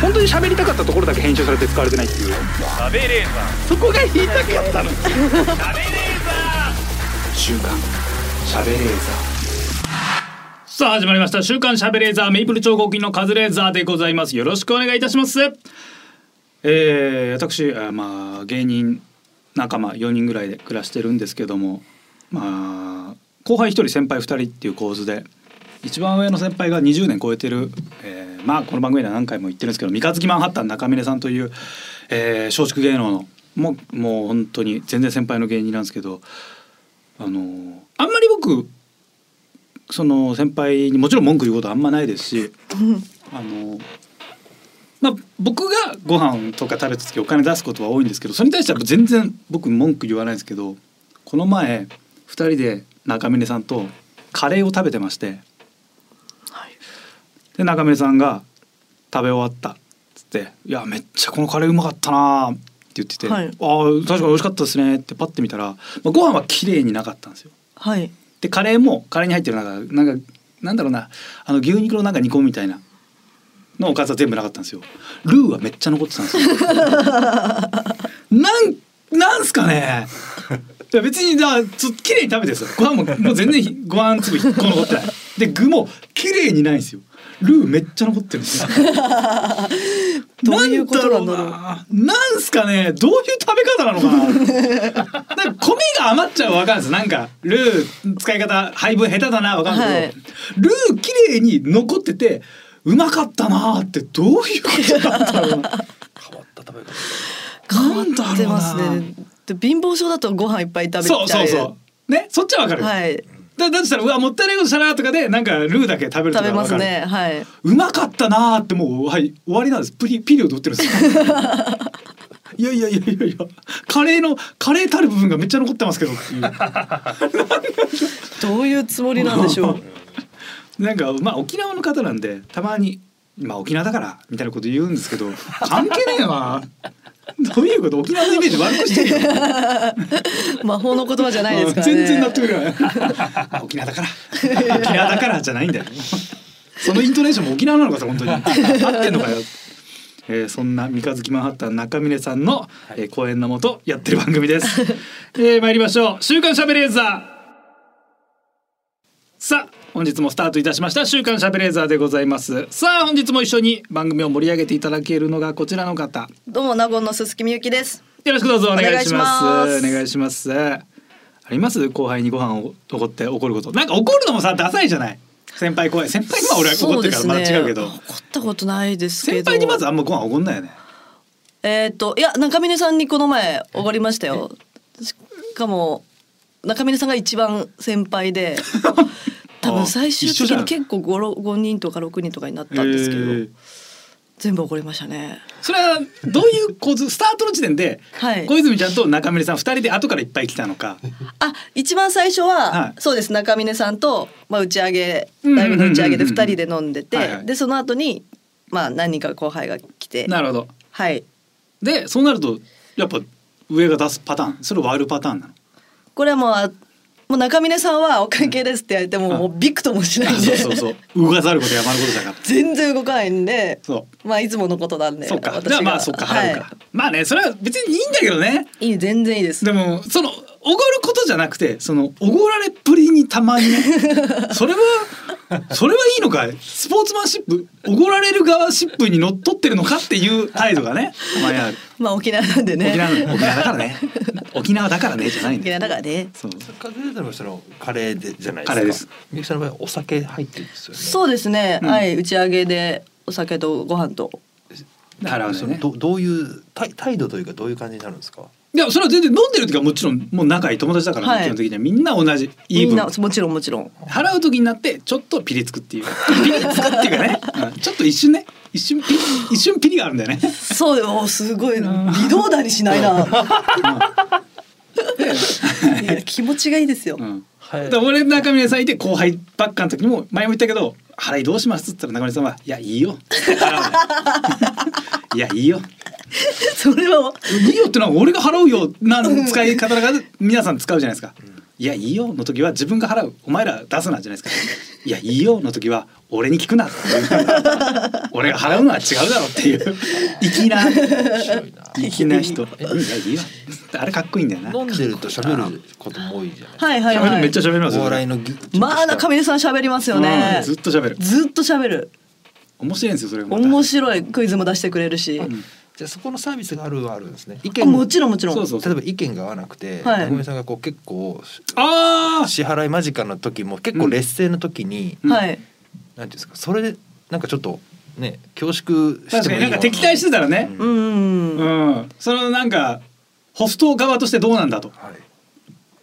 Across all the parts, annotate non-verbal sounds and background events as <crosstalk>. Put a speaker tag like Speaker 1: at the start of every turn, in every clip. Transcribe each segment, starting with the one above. Speaker 1: 本当に喋りたかったところだけ編集されて使われてないっていう
Speaker 2: 食べれー
Speaker 1: そこが言いたかったの
Speaker 2: ザー食べれーザー
Speaker 1: 週刊喋れー
Speaker 2: さあ始まりました週刊しゃべレーザーメイプル超合金のカズレーザーでございますよろしくお願いいたしますえー、私あーまあ芸人仲間4人ぐらいで暮らしてるんですけどもまあ後輩1人先輩2人っていう構図で一番上の先輩が20年超えてる、えーまあこの番組では何回も言ってるんですけど三日月マンハッタン中峰さんという、えー松竹芸能のもうもう本当に全然先輩の芸人なんですけどあのーあんまり僕その先輩にもちろん文句言うことはあんまないですしあの、まあ、僕がご飯とか食べた時お金出すことは多いんですけどそれに対しては全然僕文句言わないんですけどこの前2人で中峰さんとカレーを食べてまして
Speaker 3: はい、
Speaker 2: で中峰さんが「食べ終わった」っつって「いやめっちゃこのカレーうまかったな」って言ってて「
Speaker 3: はい
Speaker 2: ああ確かに美味しかったですね」ってパッて見たら、まあ、ご飯は綺麗になかったんですよ。
Speaker 3: はい、
Speaker 2: でカレーもカレーに入ってるなんかなんかなんだろうなあの牛肉のなんか煮込みみたいなのおかずは全部なかったんですよルーはめっちゃ残ってたんですよ
Speaker 3: <laughs>
Speaker 2: なんなんすかねいや別にだからちょっと綺麗に食べてですよご飯ももう全然ひご飯粒一個残ってないで具も綺麗にないんですよルーめっちゃ残ってるんですよ
Speaker 3: <laughs> どういうことなんだろ
Speaker 2: な
Speaker 3: う
Speaker 2: んだろうななんすかねどういう食べ方なのかななんか米が余っちゃうわかるんですなんかルー使い方配分下手だなわかるんないけど、ルー綺麗に残っててうまかったなーってどういうことなんだろうな
Speaker 3: <laughs>
Speaker 4: 変わった食べ方
Speaker 3: 変わ
Speaker 2: なん
Speaker 3: っ
Speaker 2: だ
Speaker 3: て
Speaker 2: ろう
Speaker 3: ます
Speaker 2: な
Speaker 3: ね。で貧乏症だとご飯いっぱい食べちゃ。
Speaker 2: そううそうそうねそっちはわかる、
Speaker 3: はい、
Speaker 2: だだとしたらうわもったいないことしたなとかでなんかルーだけ食べるとか
Speaker 3: 食べ
Speaker 2: わ
Speaker 3: ま
Speaker 2: か
Speaker 3: す
Speaker 2: る、
Speaker 3: ね。はい。
Speaker 2: うまかったなーってもうはい終わりなんですプリピリオド打ってるんです
Speaker 3: <laughs>
Speaker 2: よいやいやいやいやいやカレーのカレーたる部分がめっちゃ残ってますけどっていう
Speaker 3: どういうつもりなんでしょ
Speaker 2: <laughs>
Speaker 3: う。
Speaker 2: なんかまあ沖縄の方なんでたまに「まあ沖縄だから」みたいなこと言うんですけど関係ねえなどういうこと沖縄のイメージ悪くしてるよ、
Speaker 3: 魔法の言葉じゃないですからね。
Speaker 2: 全然納得いかないあ沖縄だから沖縄だからじゃないんだよそのイントネーションも沖縄なのかさ本当に合ってんのかよえーそんな三日月マンハッタン中峰さんの、えー講演のもとやってる番組です、えー参りましょう「週刊しゃべレーザー」さあ本日もスタートいたしました週刊シャベレーザーでございますさあ本日も一緒に番組を盛り上げていただけるのがこちらの方
Speaker 3: どうも名古屋の鈴木みゆきです。
Speaker 2: よろしくどうぞお願いしますお願
Speaker 3: お願
Speaker 2: いしますあります後輩にご飯をおごって怒ることなんか怒るのもさダサいじゃない先輩怖い先輩には俺は怒ってるからまだ違うけど
Speaker 3: そうですね怒ったことないですけど。
Speaker 2: 先輩にまずあんまご飯おごんないよね
Speaker 3: えっ、といや中峰さんにこの前おごりましたよ。しかも中峰さんが一番先輩
Speaker 2: <laughs>
Speaker 3: で。多分最終
Speaker 2: 一緒
Speaker 3: 的
Speaker 2: じゃん
Speaker 3: に結構 5, 5人とか6人とかになったんですけど、
Speaker 2: えー
Speaker 3: 全部怒りましたね
Speaker 2: それはどういう構図スタートの時点で、
Speaker 3: はい
Speaker 2: 小泉ちゃんと中村さん二人で後からいっぱい来たのか
Speaker 3: あ一番最初は、
Speaker 2: はい
Speaker 3: そうです中峰さんと、まあ、打ち上げ
Speaker 2: うんうんうん
Speaker 3: ラ
Speaker 2: う
Speaker 3: イ
Speaker 2: ん
Speaker 3: ブの打ち上げで2人で飲んでて、
Speaker 2: はいはい
Speaker 3: でその後にまあ何人か後輩が来て
Speaker 2: なるほど
Speaker 3: はい
Speaker 2: でそうなるとやっぱ上が出すパターンそれ割るパターンなの。
Speaker 3: これはもうあもう中峰さんは「お会計です」って言われても,、
Speaker 2: うん
Speaker 3: もうビクともしないん
Speaker 2: そ
Speaker 3: で
Speaker 2: うそうそう動かざること山のことだから。
Speaker 3: 全然動かないんで
Speaker 2: そ
Speaker 3: まあいつものことなん
Speaker 2: う
Speaker 3: で
Speaker 2: そうか
Speaker 3: 私
Speaker 2: じゃあまあそっか払うか、
Speaker 3: は
Speaker 2: まあねそれは別にいいんだけどね
Speaker 3: い、いい全然いいです
Speaker 2: でもそのおごることじゃなくてそのおごられっぷりにたまにね
Speaker 3: <laughs>
Speaker 2: それはそれはいいのかいスポーツマンシップおごられる側シップにのっとってるのかっていう態度がねたまにある
Speaker 3: まあ沖縄なんでね
Speaker 2: 沖縄の沖縄だから
Speaker 3: <laughs>
Speaker 2: ね沖縄だからねじゃないん
Speaker 3: 沖
Speaker 2: だよ
Speaker 3: 縄だからね
Speaker 2: そう
Speaker 4: カズレーザーの人のカレーでじゃないです
Speaker 2: カ
Speaker 4: か
Speaker 2: レーです
Speaker 4: みゆきさんの場合お酒入ってるんですよね
Speaker 3: そうですね、
Speaker 2: うん
Speaker 3: はい打ち上げでお酒とご飯と
Speaker 2: 払うんだ
Speaker 4: そ
Speaker 2: よ
Speaker 4: の
Speaker 2: ね
Speaker 4: どどういうた態度というかどういう感じになるんですか
Speaker 2: いやそれは全然飲んでる時はもちろんもう仲いい友達だから、
Speaker 3: はい
Speaker 2: 基本的にはみんな同じイー
Speaker 3: み
Speaker 2: ブ
Speaker 3: ん
Speaker 2: ン
Speaker 3: なもちろんもちろん
Speaker 2: 払う時になってちょっとピリつくっていうピリつくっていうかね、うんちょっと一瞬ね一瞬ピリ一瞬ピリがあるんだよね
Speaker 3: そうよ、すごい微動だにしないな。いや気持ちがいいですよ。
Speaker 2: うん
Speaker 4: はい
Speaker 2: だから俺中村さんいて後輩ばっかの時も前も言ったけど <laughs> 「払いどうします?」っつったら中村さんは「いやいいよ」いやいいよ」
Speaker 3: それは
Speaker 2: 「いいよ」ってのは俺が払うよな使い方が皆さん使うじゃないですか。いやいいよの時は自分が払うお前ら出すなじゃないですか。いやいいよの時は俺に聞くなっていう俺が払うのは違うだろうっていう粋な
Speaker 4: 白いな
Speaker 2: 粋な人。いやいいよあれかっこいいんだよな。
Speaker 4: 飲んでると喋ることも多いじゃない
Speaker 3: はいはい
Speaker 2: 喋
Speaker 3: は
Speaker 2: る
Speaker 3: い
Speaker 2: めっちゃ喋ります
Speaker 4: お
Speaker 2: よ。
Speaker 4: 笑いのぎゅっとした
Speaker 3: まあ中峰さん喋りますよね
Speaker 2: うんずっと喋る。
Speaker 3: ずっと喋る
Speaker 2: 面白いんですよそれがまた。
Speaker 3: 面白いクイズも出してくれるし、
Speaker 4: じゃあそこのサービスがあるはあるんですね意
Speaker 3: あ
Speaker 4: 見
Speaker 3: もちろんもちろん
Speaker 2: そうそう
Speaker 4: 例えば意見が合わなくて
Speaker 3: はい
Speaker 4: 中村さんがこう結構
Speaker 2: ああ。
Speaker 4: 支払い間近の時も結構劣勢の時に、
Speaker 2: うん
Speaker 3: はい
Speaker 4: なんていうんですかそれでなんかちょっとね恐縮し
Speaker 2: 確
Speaker 4: て
Speaker 2: か
Speaker 4: もい
Speaker 2: に
Speaker 4: い
Speaker 2: なんか敵対してたらね。
Speaker 3: うんうんうん
Speaker 2: うん、そのなんかホスト側としてどうなんだと
Speaker 4: は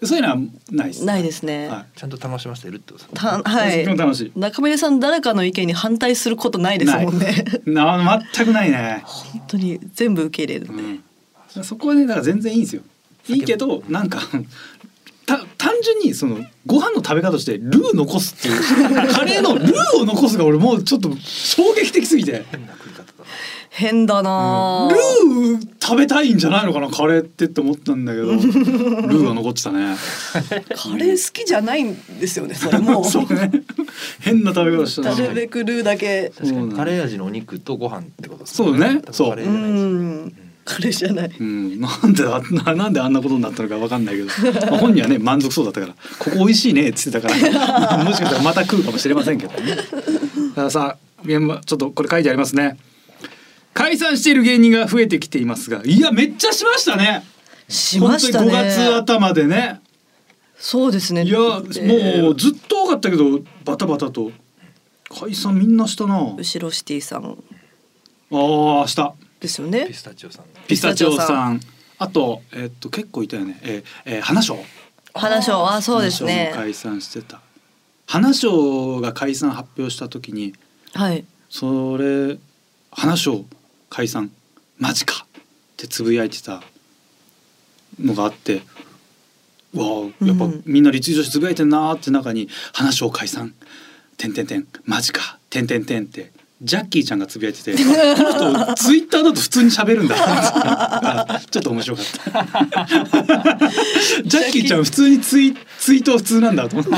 Speaker 4: い、
Speaker 2: そういうのはないです
Speaker 3: ないですね、
Speaker 2: は
Speaker 4: ちゃんと楽しませてるってことですね
Speaker 3: たはい
Speaker 2: とっても楽しい
Speaker 3: 中峰さん誰かの意見に反対することないですもんね
Speaker 2: いな全くないね、
Speaker 3: 本当に全部受け入れる
Speaker 2: うん
Speaker 3: で、
Speaker 2: ん、そこはねだから全然いいんですよいいけどなんかた単純にそのご飯の食べ方としてルー残すって
Speaker 3: <laughs>
Speaker 2: いうカレーのルーを残すが俺もうちょっと衝撃的すぎて
Speaker 4: 変な食い方だな
Speaker 3: 変だなあ、
Speaker 2: ルー食べたいんじゃないのかなカレーってって思ったんだ
Speaker 3: <laughs>
Speaker 2: けどルーが残ってたね
Speaker 3: カレー好きじゃないんですよねそれも
Speaker 2: <laughs>
Speaker 3: う
Speaker 2: そうね変な食べ方してた
Speaker 3: な
Speaker 2: な
Speaker 3: るべくルーだけ
Speaker 4: 確か
Speaker 2: そう
Speaker 4: に
Speaker 2: ね
Speaker 4: カレー味のお肉とご飯ってことです
Speaker 2: そうね
Speaker 4: 多分
Speaker 2: そう
Speaker 4: カレー
Speaker 3: う
Speaker 4: じゃないですよ
Speaker 3: んカレーじゃない
Speaker 2: うん、なんであな <laughs> なんであんなことになったのかわかんないけど、まあ、本人はね満足そうだったから「ここ美味しいね」っつってたからもしかしたら <laughs> また食うかもしれませんけどね。たださ現場ちょっとこれ書いてありますね。解散している芸人が増えてきていますがいやめっちゃしましたね
Speaker 3: しました
Speaker 2: 本
Speaker 3: ね
Speaker 2: 当に5月頭でね
Speaker 3: そうですね
Speaker 2: いやも
Speaker 3: えー
Speaker 2: うずっと多かったけどバタバタと解散みんなしたなあ
Speaker 3: 後ろシティさん
Speaker 2: ーした
Speaker 3: ですよね
Speaker 4: ピスタチオさん
Speaker 2: ピスタチオさんあとえっと結構いたよねえー、えー、花賞
Speaker 3: 花賞はそうですね
Speaker 2: 花賞も解散してた花賞が解散発表した時に
Speaker 3: はい
Speaker 2: それ花賞解散マジかってつぶやいてたのがあってうわあやっぱ
Speaker 3: うん
Speaker 2: みんなリツイートしてつぶやいてんなーって中に「花賞解散」「てんてんてんマジか」「てんてんてん」ってジャッキーちゃんがつぶやいててこの人ツイッターだと普通に喋るんだあちょっと面白かったジャッキーちゃん普通にツイツイート普通なんだと
Speaker 3: <laughs>
Speaker 2: 思って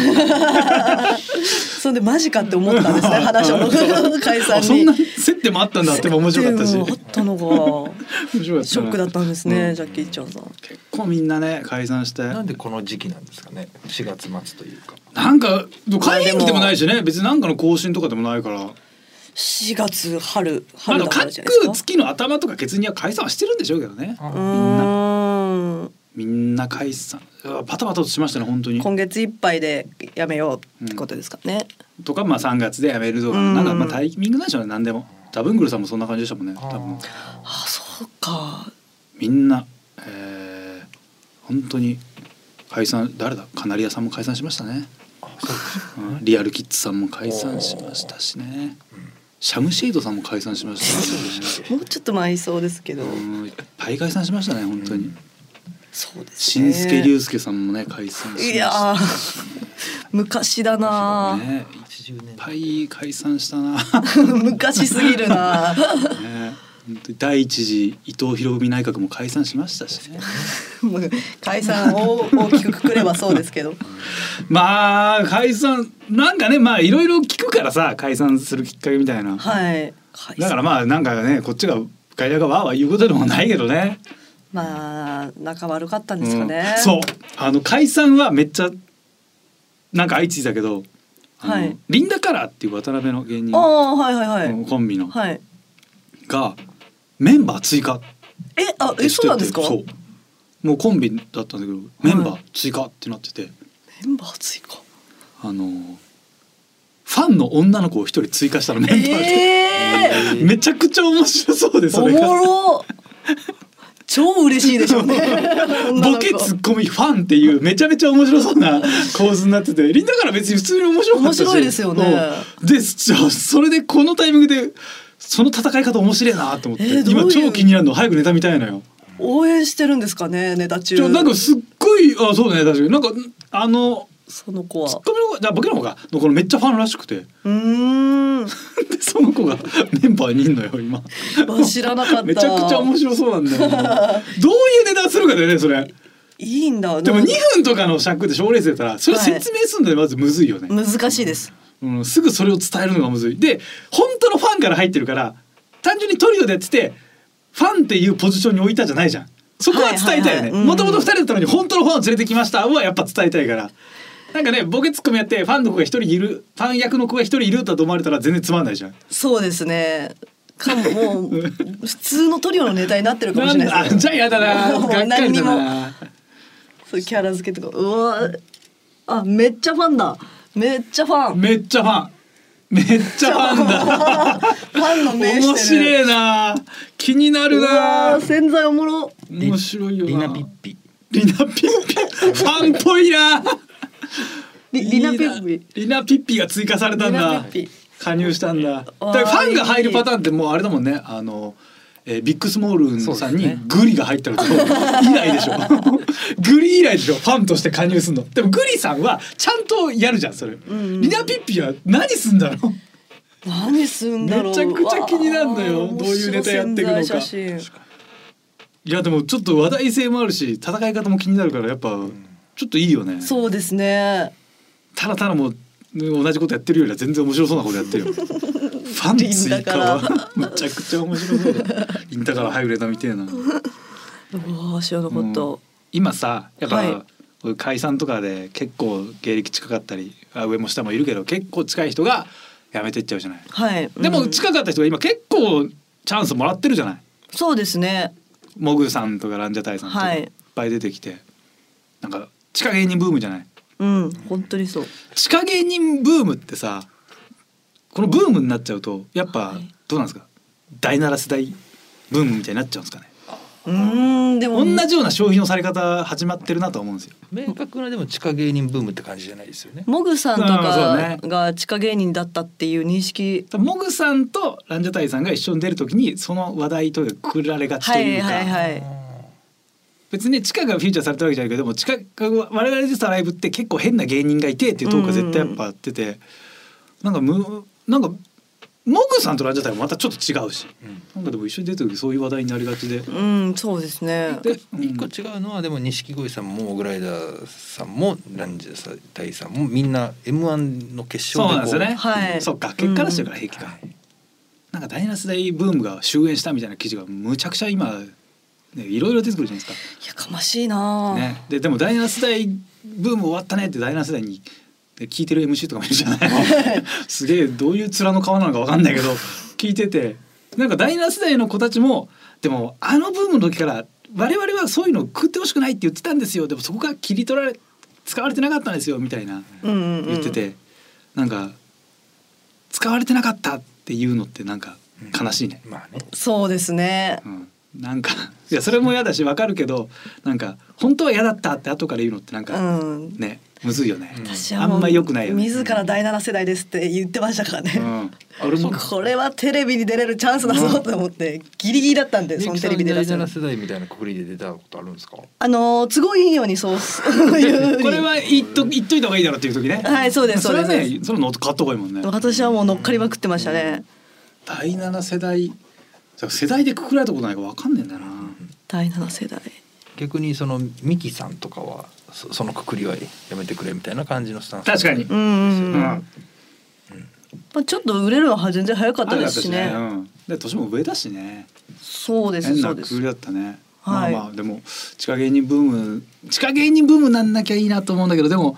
Speaker 3: それでマジかって思ったんです <laughs> ね花賞の解散
Speaker 2: あ
Speaker 3: に
Speaker 2: そんな接点もあったんだっても面白かったし
Speaker 3: でもあったのが
Speaker 2: 面白かったな
Speaker 3: ショックだったんですね、
Speaker 2: うん
Speaker 3: ジャッキー・チョンさん
Speaker 2: 結構みんなね解散して
Speaker 4: なんでこの時期なんですかね4月末というか
Speaker 2: なんか改変期でもないしね別になんかの更新とかでもないから
Speaker 3: 4月春
Speaker 2: まあ
Speaker 3: 春
Speaker 2: で
Speaker 3: だ
Speaker 2: も
Speaker 3: から
Speaker 2: 各
Speaker 3: じゃないですか
Speaker 2: 月の頭とか月には解散はしてるんでしょうけどね
Speaker 3: うーん
Speaker 2: みんな解散うわパタパタとしましたね本当に
Speaker 3: 今月いっぱいでやめようってことですかね、
Speaker 2: とかまあ3月でやめるとか
Speaker 3: うん
Speaker 2: なんかまあタイミングなんでしょうね何でもダブングルさんもそんな感じでしたもんね多分
Speaker 3: あそうか
Speaker 2: みんな、えー、本当に解散誰だカナリアさんも解散しましたねうんリアルキッズさんも解散しましたしねシャムシェイドさんも解散しましたし、ね、
Speaker 3: もうちょっと前いそうですけど、
Speaker 2: うんいっぱい解散しましたね本当に
Speaker 3: そうです
Speaker 2: し
Speaker 3: ね
Speaker 2: んすけりゅうすけさんもね解散しました
Speaker 3: いやー
Speaker 2: <laughs>
Speaker 3: 昔だな、
Speaker 2: ねいっ
Speaker 4: 80年
Speaker 2: ぱい解散したな、ね、
Speaker 3: <laughs> 昔すぎるな
Speaker 2: 本当に第一次伊藤博文内閣も解散しましたしね
Speaker 3: もう <laughs> 解散を大きくくくればそうですけど
Speaker 2: まあ解散なんかねまあいろいろ聞くからさ解散するきっかけみたいな、
Speaker 3: はい解散
Speaker 2: だからまあなんかねこっちが外野がわーわー言うことでもないけどね
Speaker 3: まあ仲悪かったんですかね、
Speaker 2: うんそうあの解散はめっちゃなんか相次いだけどあの
Speaker 3: はい
Speaker 2: リンダカラーっていう渡辺の芸人
Speaker 3: ああはいはいはい、
Speaker 2: コンビの
Speaker 3: はい
Speaker 2: がメンバー追加
Speaker 3: えあ
Speaker 2: っ
Speaker 3: え
Speaker 2: てして
Speaker 3: そうなんですか
Speaker 2: そうもうコンビだったんだけどメンバー追加ってなってて、
Speaker 3: メンバー追加
Speaker 2: あのーファンの女の子を一人追加したのメンバーで、
Speaker 3: ええ
Speaker 2: めちゃくちゃ面白そうで
Speaker 3: ー、
Speaker 2: すそ
Speaker 3: お
Speaker 2: れ
Speaker 3: も
Speaker 2: が
Speaker 3: ろ
Speaker 2: <laughs>
Speaker 3: 超嬉しいでしょうね女
Speaker 2: ボ
Speaker 3: の子
Speaker 2: ケツッコミファンっていうめちゃめちゃ面白そうな構図になっててリンダから別に普通に面白かったし
Speaker 3: 面白いですよね
Speaker 2: うんでじゃあそれでこのタイミングでその戦い方面白いなと思って、
Speaker 3: えーどういう
Speaker 2: 今超気になるの早くネタ見たいのよ。
Speaker 3: 応援してるんですかねネタ中
Speaker 2: ちょなんかすっごいあそうね確かになんかあの
Speaker 3: その子
Speaker 2: ツッ
Speaker 3: は
Speaker 2: コミの方がボケの方がのこのめっちゃファンらしくて
Speaker 3: うーん
Speaker 2: <laughs>
Speaker 3: うん
Speaker 2: でその子がメンバーにいんのよ今
Speaker 3: わ知らなかった
Speaker 2: めちゃくちゃ面白そうなんだよ
Speaker 3: <laughs>
Speaker 2: などういう値段するかだよねそれ
Speaker 3: いいんだ
Speaker 2: でも2分とかの尺で賞レースやったらそれ説明するのでまずむずいよね、
Speaker 3: 難しいです
Speaker 2: うん、すぐそれを伝えるのがむずいで本当のファンから入ってるから単純にトリオでやっててファンっていうポジションに置いたじゃないじゃんそこは伝えたいよ
Speaker 3: はいはい
Speaker 2: ね
Speaker 3: はいうん
Speaker 2: もともと2人だったのに本当のファンを連れてきましたはやっぱ伝えたいからなんかねボケツッコミやってファンの子が1人いるファン役の子が1人いるとは思われたら全然つまんないじゃん
Speaker 3: そうですねかももう普通のトリオのネタになってるかも
Speaker 2: な
Speaker 3: し
Speaker 2: ん
Speaker 3: れな
Speaker 2: だ
Speaker 3: い
Speaker 2: あ
Speaker 3: ですね
Speaker 2: じゃあやだな
Speaker 3: もう
Speaker 2: がっか
Speaker 3: 何
Speaker 2: り
Speaker 3: に
Speaker 2: だ
Speaker 3: も
Speaker 2: な
Speaker 3: そういうキャラ付けとかうわあめっちゃファンだめっちゃファン
Speaker 2: めっちゃファンめっちゃファン
Speaker 3: <laughs>
Speaker 2: だ
Speaker 3: ファンの名
Speaker 2: 面
Speaker 3: してる
Speaker 2: 白いな気になる
Speaker 3: うわ
Speaker 2: な
Speaker 3: 洗剤おもろ
Speaker 4: リ
Speaker 2: 面白いよな
Speaker 4: リナピッピ
Speaker 2: リナピッピファンっぽいな
Speaker 3: リリナピッピ
Speaker 2: リナピッピが追加されたん
Speaker 3: リ
Speaker 2: だ
Speaker 3: ナピッピ
Speaker 2: 加入したんだだか
Speaker 3: わあ
Speaker 2: らファンが入るパターンってもうあれだもんねあのえービッグスモールンさん
Speaker 4: そう
Speaker 2: に
Speaker 4: ですね
Speaker 2: グリが入ったら以来で
Speaker 3: <laughs>
Speaker 2: しょグリ以来でしょファンとして加入すんのでもグリさんはちゃんとやるじゃんそれ、リナピッピは何すんだろう
Speaker 3: 何すんだろ
Speaker 2: め
Speaker 3: う
Speaker 2: ちゃくちゃ気になるのよ
Speaker 3: わあ
Speaker 2: どういうネタやっていくのか
Speaker 3: 面白い洗剤写真
Speaker 2: いやでもちょっと話題性もあるし戦い方も気になるからやっぱちょっといいよね
Speaker 3: そうですね
Speaker 2: ただただもう同じことやってるよりは全然面白そうなことやって
Speaker 3: <laughs>
Speaker 2: るよファン追加
Speaker 3: リンダ
Speaker 2: はむちゃくちゃ面白そうだインタから入るネタみてえな
Speaker 3: <laughs> うわ知らなかっ
Speaker 2: うん
Speaker 3: た
Speaker 2: 今さやっぱ、
Speaker 3: はい
Speaker 2: こういう解散とかで結構芸歴近かったりあ上も下もいるけど結構近い人が辞めてっちゃうじゃない、
Speaker 3: はい
Speaker 2: でも
Speaker 3: うん
Speaker 2: 近かった人が今結構チャンスもらってるじゃない
Speaker 3: そうですね
Speaker 2: モグさんとかランジャタイさんとか
Speaker 3: はい
Speaker 2: いっぱい出てきて、なんか地下芸人ブームじゃない
Speaker 3: うん本当にそう
Speaker 2: 地下芸人ブームってさこのブームになっちゃうとやっぱ
Speaker 3: はい
Speaker 2: どうなんですか第7世代ブームみたいになっちゃうんですかね
Speaker 3: うーんでも
Speaker 2: 同じような消費のされ方始まってるなとは思うんですよ
Speaker 4: 明確なでも地下芸人ブームって感じじゃないですよね
Speaker 3: モグさんと
Speaker 2: ああ
Speaker 3: か
Speaker 2: そう
Speaker 3: が地下芸人だったっていう認識
Speaker 2: 多分モグさんとランジャタイさんが一緒に出るときにその話題というかくくられがちと
Speaker 3: は
Speaker 2: いう
Speaker 3: い
Speaker 2: か、
Speaker 3: はいはい
Speaker 2: 別に地下がフィーチャーされたわけじゃないけどでも地下が我々出たライブって結構変な芸人がいてっていうトークが絶対やっぱあってて、なんかむなんかモグさんとランジャタイはまたちょっと違うし
Speaker 4: うん
Speaker 2: なんかでも一緒に出てる時そういう話題になりがちで。
Speaker 3: うんそうですね
Speaker 2: で
Speaker 4: 一個違うのはでも錦鯉さんもモグライダーさんもランジャタイさんもみんな M1 の決
Speaker 2: そう
Speaker 4: 勝
Speaker 2: なん
Speaker 4: で
Speaker 2: で
Speaker 4: こ
Speaker 2: すよね。
Speaker 3: はい
Speaker 2: そっか、結果出してるから平気か。
Speaker 4: はい
Speaker 2: なんか第7世代ブームが終焉したみたいな記事がむちゃくちゃ今、ね、いろいろ出てくるじゃないです
Speaker 3: いやかましいな
Speaker 2: か。
Speaker 3: あ、
Speaker 2: ね、ででも第7世代ブーム終わったねって第7世代にで聞いてる MC とかもいるじゃないすげえどういう面の皮なのか分かんない
Speaker 3: <laughs>
Speaker 2: けど聞いててなんか第7世代の子たちもでもあのブームの時から我々はそういうの食ってほしくないって言ってたんですよでもそこが切り取られ使われてなかったんですよみたいな。
Speaker 3: うんうんうん、
Speaker 2: 言ってて、なんか使われてなかったっていうのってなんか悲しいね、
Speaker 4: まあね
Speaker 3: そうですね
Speaker 2: うんなんかいやそれも嫌だしわかるけどなんか本当は嫌だったって後から言うのってなん
Speaker 3: う
Speaker 2: か、
Speaker 3: ん
Speaker 2: ねむずいよね、
Speaker 3: 私
Speaker 2: あ
Speaker 3: はもうん
Speaker 2: ま良くないよね、
Speaker 3: 自ら第七世代ですって言ってましたからね、
Speaker 2: うん、俺も
Speaker 3: <laughs> これはテレビに出れるチャンスだぞと思ってギリギリだったんでそのテレビ出ら
Speaker 4: 第
Speaker 3: せる
Speaker 4: 7世代みたいな国で出たことあるんですか
Speaker 3: あのー都合いいようにそう
Speaker 2: <laughs>
Speaker 3: すいうふうに
Speaker 2: これは言っと言っといた方がいいだろうっていう時ね
Speaker 3: はいそうです
Speaker 2: それは
Speaker 3: そうで
Speaker 2: ねそのノート買った方がいいもんね
Speaker 3: 私はもう乗っかりまくってましたね、
Speaker 2: 第7世代世代でくくられたことないからわかんねえんだよな、
Speaker 3: 第七世代
Speaker 4: 逆にそのミキさんとかはそそのくくりはやめてくれみたいな感じのスタンス
Speaker 2: 確かに
Speaker 3: うんうん、うん
Speaker 2: うん
Speaker 3: まあ、ちょっと売れるのは全然早かった
Speaker 2: あれ
Speaker 3: で
Speaker 2: だった
Speaker 3: す
Speaker 2: し
Speaker 3: し
Speaker 2: ね、
Speaker 3: ね
Speaker 2: うん、で年も上だしね
Speaker 3: そうです
Speaker 2: 変
Speaker 3: そ
Speaker 2: な
Speaker 3: う
Speaker 2: ク
Speaker 3: で
Speaker 2: ー
Speaker 3: す
Speaker 2: ルだったね。
Speaker 3: はい
Speaker 2: まあまあでも地下芸人ブーム地下芸人ブームなんなきゃいいなと思うんだけどでも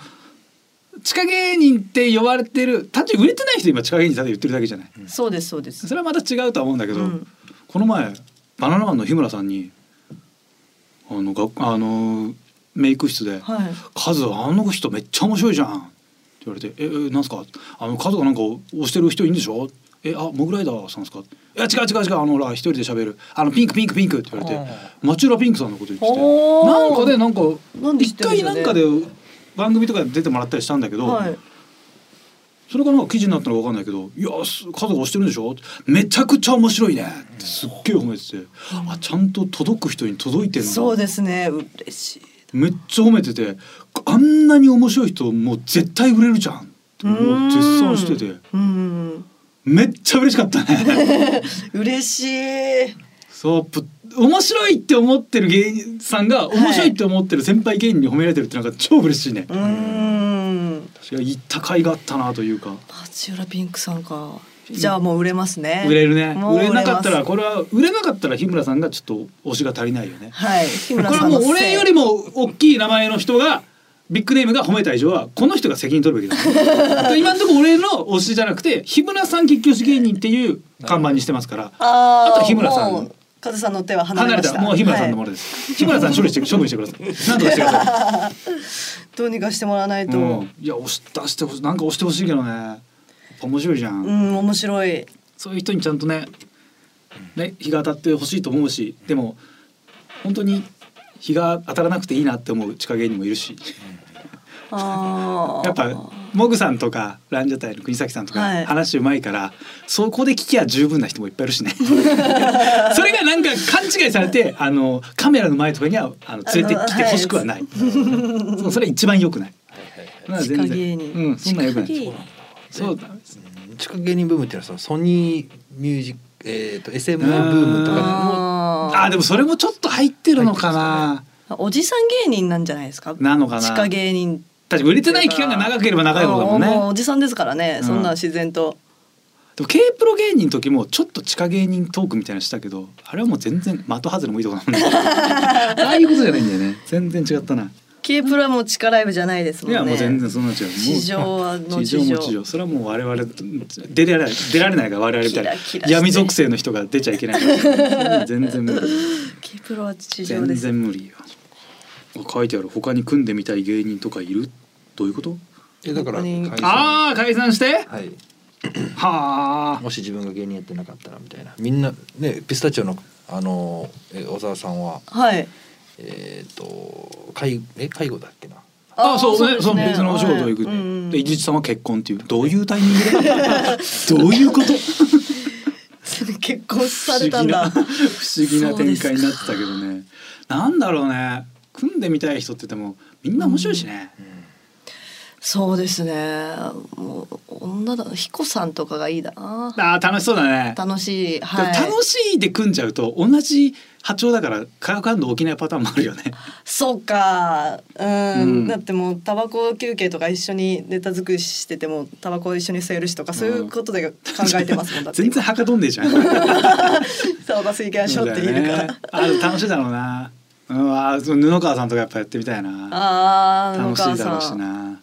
Speaker 2: 地下芸人って呼ばれてる単純に売れてない人今地下芸人だって言ってるだけじゃない
Speaker 3: そうですそうです
Speaker 2: それはまた違うとは思うんだけど、
Speaker 3: うん
Speaker 2: この前バナナマンの日村さんにあのがあのメイク室で
Speaker 3: はい
Speaker 2: カズあの人めっちゃ面白いじゃん」って言われて「ええなんすかあのカズがなんか推してる人いるんでしょえあモグライダーさんですかいや違う違う違うあのほら一人で喋るあのピンクピンクピンク」って言われて町浦ピンクさんのこと言ってて
Speaker 3: おー
Speaker 2: なんかでなんか
Speaker 3: なんで知っ
Speaker 2: 一
Speaker 3: てるんで
Speaker 2: 回
Speaker 3: し
Speaker 2: な
Speaker 3: ょうんね
Speaker 2: かで番組とか出てもらったりしたんだけど、
Speaker 3: はい
Speaker 2: それがなんか記事になったのかわかんないけど「いやすカズが推してるんでしょめちゃくちゃ面白いね」ってすっげえ褒めてて、あちゃんと届く人に届いてんだ
Speaker 3: そうですね嬉しい
Speaker 2: めっちゃ褒めててあんなに面白い人もう絶対売れるじゃんってもう絶賛してて
Speaker 3: うんうん
Speaker 2: めっちゃ嬉しかったね
Speaker 3: <laughs> 嬉しい。
Speaker 2: そうぷ面白いって思ってる芸人さんが
Speaker 3: はい
Speaker 2: 面白いって思ってる先輩芸人に褒められてるってなんか超嬉しいね、
Speaker 3: うーん。
Speaker 2: 確かに行った甲斐があったなというか
Speaker 3: 松浦ピンクさんか。じゃあもう売れますね。
Speaker 2: 売れるね
Speaker 3: もう
Speaker 2: 売れなかったら
Speaker 3: ます
Speaker 2: これは売れなかったら日村さんがちょっと推しが足りないよね
Speaker 3: はい。日
Speaker 2: これ
Speaker 3: 村さ
Speaker 2: は
Speaker 3: ん
Speaker 2: も
Speaker 3: の
Speaker 2: う
Speaker 3: せい
Speaker 2: 俺よりも大きい名前の人がビッグネームが褒めた以上はこの人が責任取るべき
Speaker 3: <laughs>
Speaker 2: だ、ね、今のところ俺の推しじゃなくて日村さん激推し芸人っていう看板にしてますから
Speaker 3: あ
Speaker 2: あ
Speaker 3: ー
Speaker 2: と日村さん
Speaker 3: もうカズさんの手は離れ
Speaker 2: 離れ
Speaker 3: ました
Speaker 2: たもう日村さんのもの
Speaker 3: はい
Speaker 2: です、日村さん処理して
Speaker 3: <laughs>
Speaker 2: 処分してください何とかしてくださ
Speaker 3: どうにかしてもらわない
Speaker 2: い、
Speaker 3: と、う
Speaker 2: うん
Speaker 3: ん、、
Speaker 2: いや押し出してほしいなんか押してほしいけどねやっぱ面白いじゃん、
Speaker 3: 面白い
Speaker 2: そういう人にちゃんとねね日が当たってほしいと思うしでも本当に日が当たらなくていいなって思う地下芸人もいるし。
Speaker 3: あー
Speaker 2: やっぱモグさんとかランジャタイの国崎さんとか
Speaker 3: はい
Speaker 2: 話うまいから、そこで聞きゃ十分な人もいっぱいいる
Speaker 3: <laughs>
Speaker 2: しねそれがなんか勘違いされてあのカメラの前とかにはあの連れてきてほしくはない、そうそれ一番良くないまあ全然
Speaker 3: 地下芸人
Speaker 2: うん、そんなん良くない
Speaker 3: 地下芸人
Speaker 2: そうだです
Speaker 4: 地下芸人ブームっていうのはそのソニーミュージック、えー、と SM ブームとかでも
Speaker 2: あーでもそれもちょっと入ってるのかな、
Speaker 3: あおじさん芸人なんじゃないですか
Speaker 2: なのかな
Speaker 3: 地下芸人
Speaker 2: 確かに売れてない期間が長ければ長いほどだもんね
Speaker 3: あーうおじさんですからね、
Speaker 2: うん
Speaker 3: そんな自然と
Speaker 2: でも K プロ芸人の時もちょっと地下芸人トークみたいなのしたけどあれはもう全然的外れもいいとこだもんね <laughs> ああいうことじゃないんだよね全然違ったな、
Speaker 3: K プラも地下ライブじゃないですも
Speaker 2: い
Speaker 3: んね
Speaker 2: やもう全然そんな違うもう
Speaker 3: 地上の
Speaker 2: 地上も地上それはもう我々出られない出られないから我々みたいな
Speaker 3: キラキラして
Speaker 2: 闇属性の人が出ちゃいけないから、うん全然無理
Speaker 3: <laughs> K プラは地上
Speaker 2: 全
Speaker 3: です
Speaker 2: 然無理よあ書いてある他に組んでみたい芸人とかいるどういうこと
Speaker 4: えだから
Speaker 3: 本当に
Speaker 4: 解散
Speaker 2: ああ解散して
Speaker 4: はい
Speaker 2: はあ
Speaker 4: もし自分が芸人やってなかったらみたいなみんなねピスタチオのあのーえ小沢さんは
Speaker 3: はい
Speaker 4: えっ、と介え介護だっけな
Speaker 2: あそうね、そ
Speaker 3: です
Speaker 2: の別のお仕事行く。
Speaker 3: はいうん
Speaker 2: で、伊地知さんは結婚っていう、どういうタイミン
Speaker 3: <laughs>
Speaker 2: グで。どういうこと。
Speaker 3: 結婚されたんだ
Speaker 2: 不思議な不思議な展開になってたけどね。なんだろうね。組んでみたい人って言っても、みんな面白いしね。
Speaker 3: そうですねもう女だ彦さんとかがいいだな
Speaker 2: ああ、楽しそうだね。
Speaker 3: <laughs> 楽しい
Speaker 2: でも
Speaker 3: はい
Speaker 2: 楽しいで組んじゃうと、同じ波長だから、化学反応起きないパターンもあるよね。
Speaker 3: そうかうん、
Speaker 2: うん
Speaker 3: だってもうタバコ休憩とか一緒にネタ作りしててもタバコ一緒に吸えるしとかそういうことで考えてますもんだって
Speaker 2: 全然はかどんでえじゃん。
Speaker 3: <laughs>
Speaker 2: そう
Speaker 3: タバコ吸いましょうって言えるから、
Speaker 2: だよねあでも楽しいだろうな。うん、あー、その布川さんとかやっぱやってみたいな。
Speaker 3: ああ
Speaker 2: 楽しいだろうし
Speaker 3: さん
Speaker 2: な。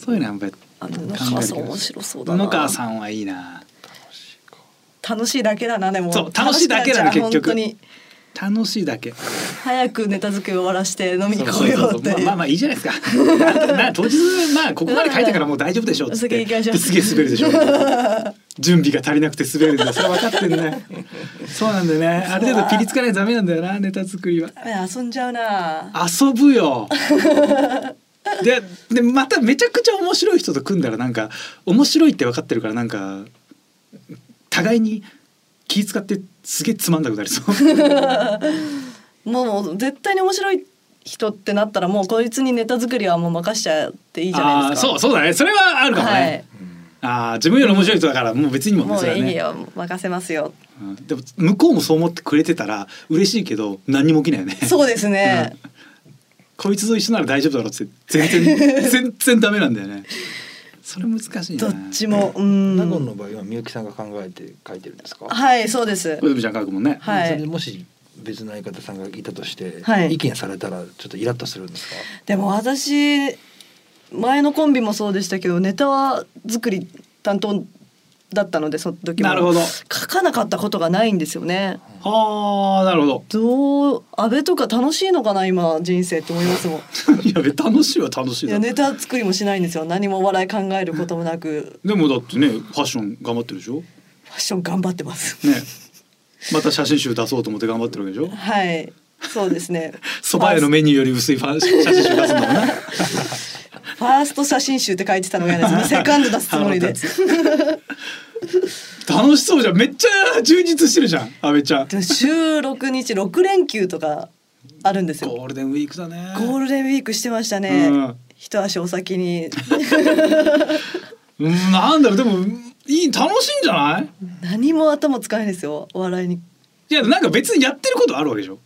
Speaker 2: そういうのはやっぱり
Speaker 3: あ
Speaker 2: 考え
Speaker 3: の
Speaker 2: るけ
Speaker 3: 野川さん
Speaker 2: ど
Speaker 3: 面白そうだな
Speaker 2: 野川さんはいいな。
Speaker 3: 楽しいだけだなでも
Speaker 2: そう楽しいだけなの
Speaker 3: 楽しくっちゃう
Speaker 2: 結局
Speaker 3: 本当に
Speaker 2: 楽しいだけ。
Speaker 3: 早くネタ作り終わらして飲みに行
Speaker 2: そ
Speaker 3: こ
Speaker 2: う
Speaker 3: う
Speaker 2: そう
Speaker 3: よ
Speaker 2: そう
Speaker 3: っていう
Speaker 2: まあまあまあいいじゃないですか。なな当日まあここまで書いたからもう大丈夫でしょうっつっ
Speaker 3: うん
Speaker 2: て。
Speaker 3: お酒行きましょう
Speaker 2: ですげえ滑るでしょ。準備が足りなくて滑るん
Speaker 3: <laughs>
Speaker 2: だ。それ分かってるね。そうなんだよね。ある程度ピリつかないとダメなんだよなネタ作りは。
Speaker 3: ね遊んじゃうな
Speaker 2: 遊ぶよででまためちゃくちゃ面白い人と組んだらなんか面白いって分かってるからなんか互いに気使ってすげえつまんなくなりそう
Speaker 3: もう絶対に面白い人ってなったらもうこいつにネタ作りはもう任しちゃっていいじゃないですか
Speaker 2: あーそうそうだねそれはあるかもね、
Speaker 3: はい
Speaker 2: あー自分より面白い人だからもう別にもね
Speaker 3: も
Speaker 2: そうれはい
Speaker 3: い
Speaker 2: ね、
Speaker 3: よ任せますよ
Speaker 2: うんでも向こうもそう思ってくれてたら嬉しいけど何にも起きないよね
Speaker 3: <laughs> そうですね、
Speaker 2: こいつと一緒なら大丈夫だろうって全
Speaker 3: <laughs>
Speaker 2: 然全然ダメなんだよねそれ難しいな
Speaker 3: どっちもうん
Speaker 4: 納言の場合はみゆきさんが考えて書いてるんですか
Speaker 3: はいそうです
Speaker 2: ウェブちゃん書くもんね、
Speaker 3: はい
Speaker 4: それでもし別の相方さんがいたとして、
Speaker 3: はい
Speaker 4: 意見されたらちょっとイラッとするんですか
Speaker 3: でも私前のコンビもそうでしたけどネタは作り担当だったのでその時も
Speaker 2: なるほど
Speaker 3: 書かなかったことがないんですよね
Speaker 2: はあなるほど。
Speaker 3: どう安倍とか楽しいのかな今人生って思いますもん
Speaker 2: <laughs> いやべ楽しいは楽しい
Speaker 3: い
Speaker 2: だ
Speaker 3: や
Speaker 2: ろ。
Speaker 3: ネタ作りもしないんですよ何もお笑い考えることもなく
Speaker 2: でもだってねファッション頑張ってるでしょ。ね。
Speaker 3: ファッション頑張ってます
Speaker 2: また写真集出そうと思って頑張ってるわけでしょ。
Speaker 3: はいそうです
Speaker 2: <laughs>
Speaker 3: ね
Speaker 2: 蕎麦屋のメニューより薄いファ写真集出すんだも
Speaker 3: <laughs>
Speaker 2: んな。
Speaker 3: ファースト写真集って書いてたのが嫌
Speaker 2: <laughs>
Speaker 3: です。セカンド出すつもりで。
Speaker 2: 腹楽しそうじゃん。めっちゃ充実してるじゃん。阿部ちゃん。
Speaker 3: でも週六日六連休とかあるんですよ。
Speaker 2: ゴールデンウィークだね。
Speaker 3: ゴールデンウィークしてましたね。
Speaker 2: うん
Speaker 3: 一足お先に。 <laughs>
Speaker 2: うんなんだろうでもいい楽しいんじゃない
Speaker 3: 何も頭使えないですよお笑いに
Speaker 2: いやなんか別にやってることあるわ
Speaker 3: <laughs>
Speaker 2: けでしょ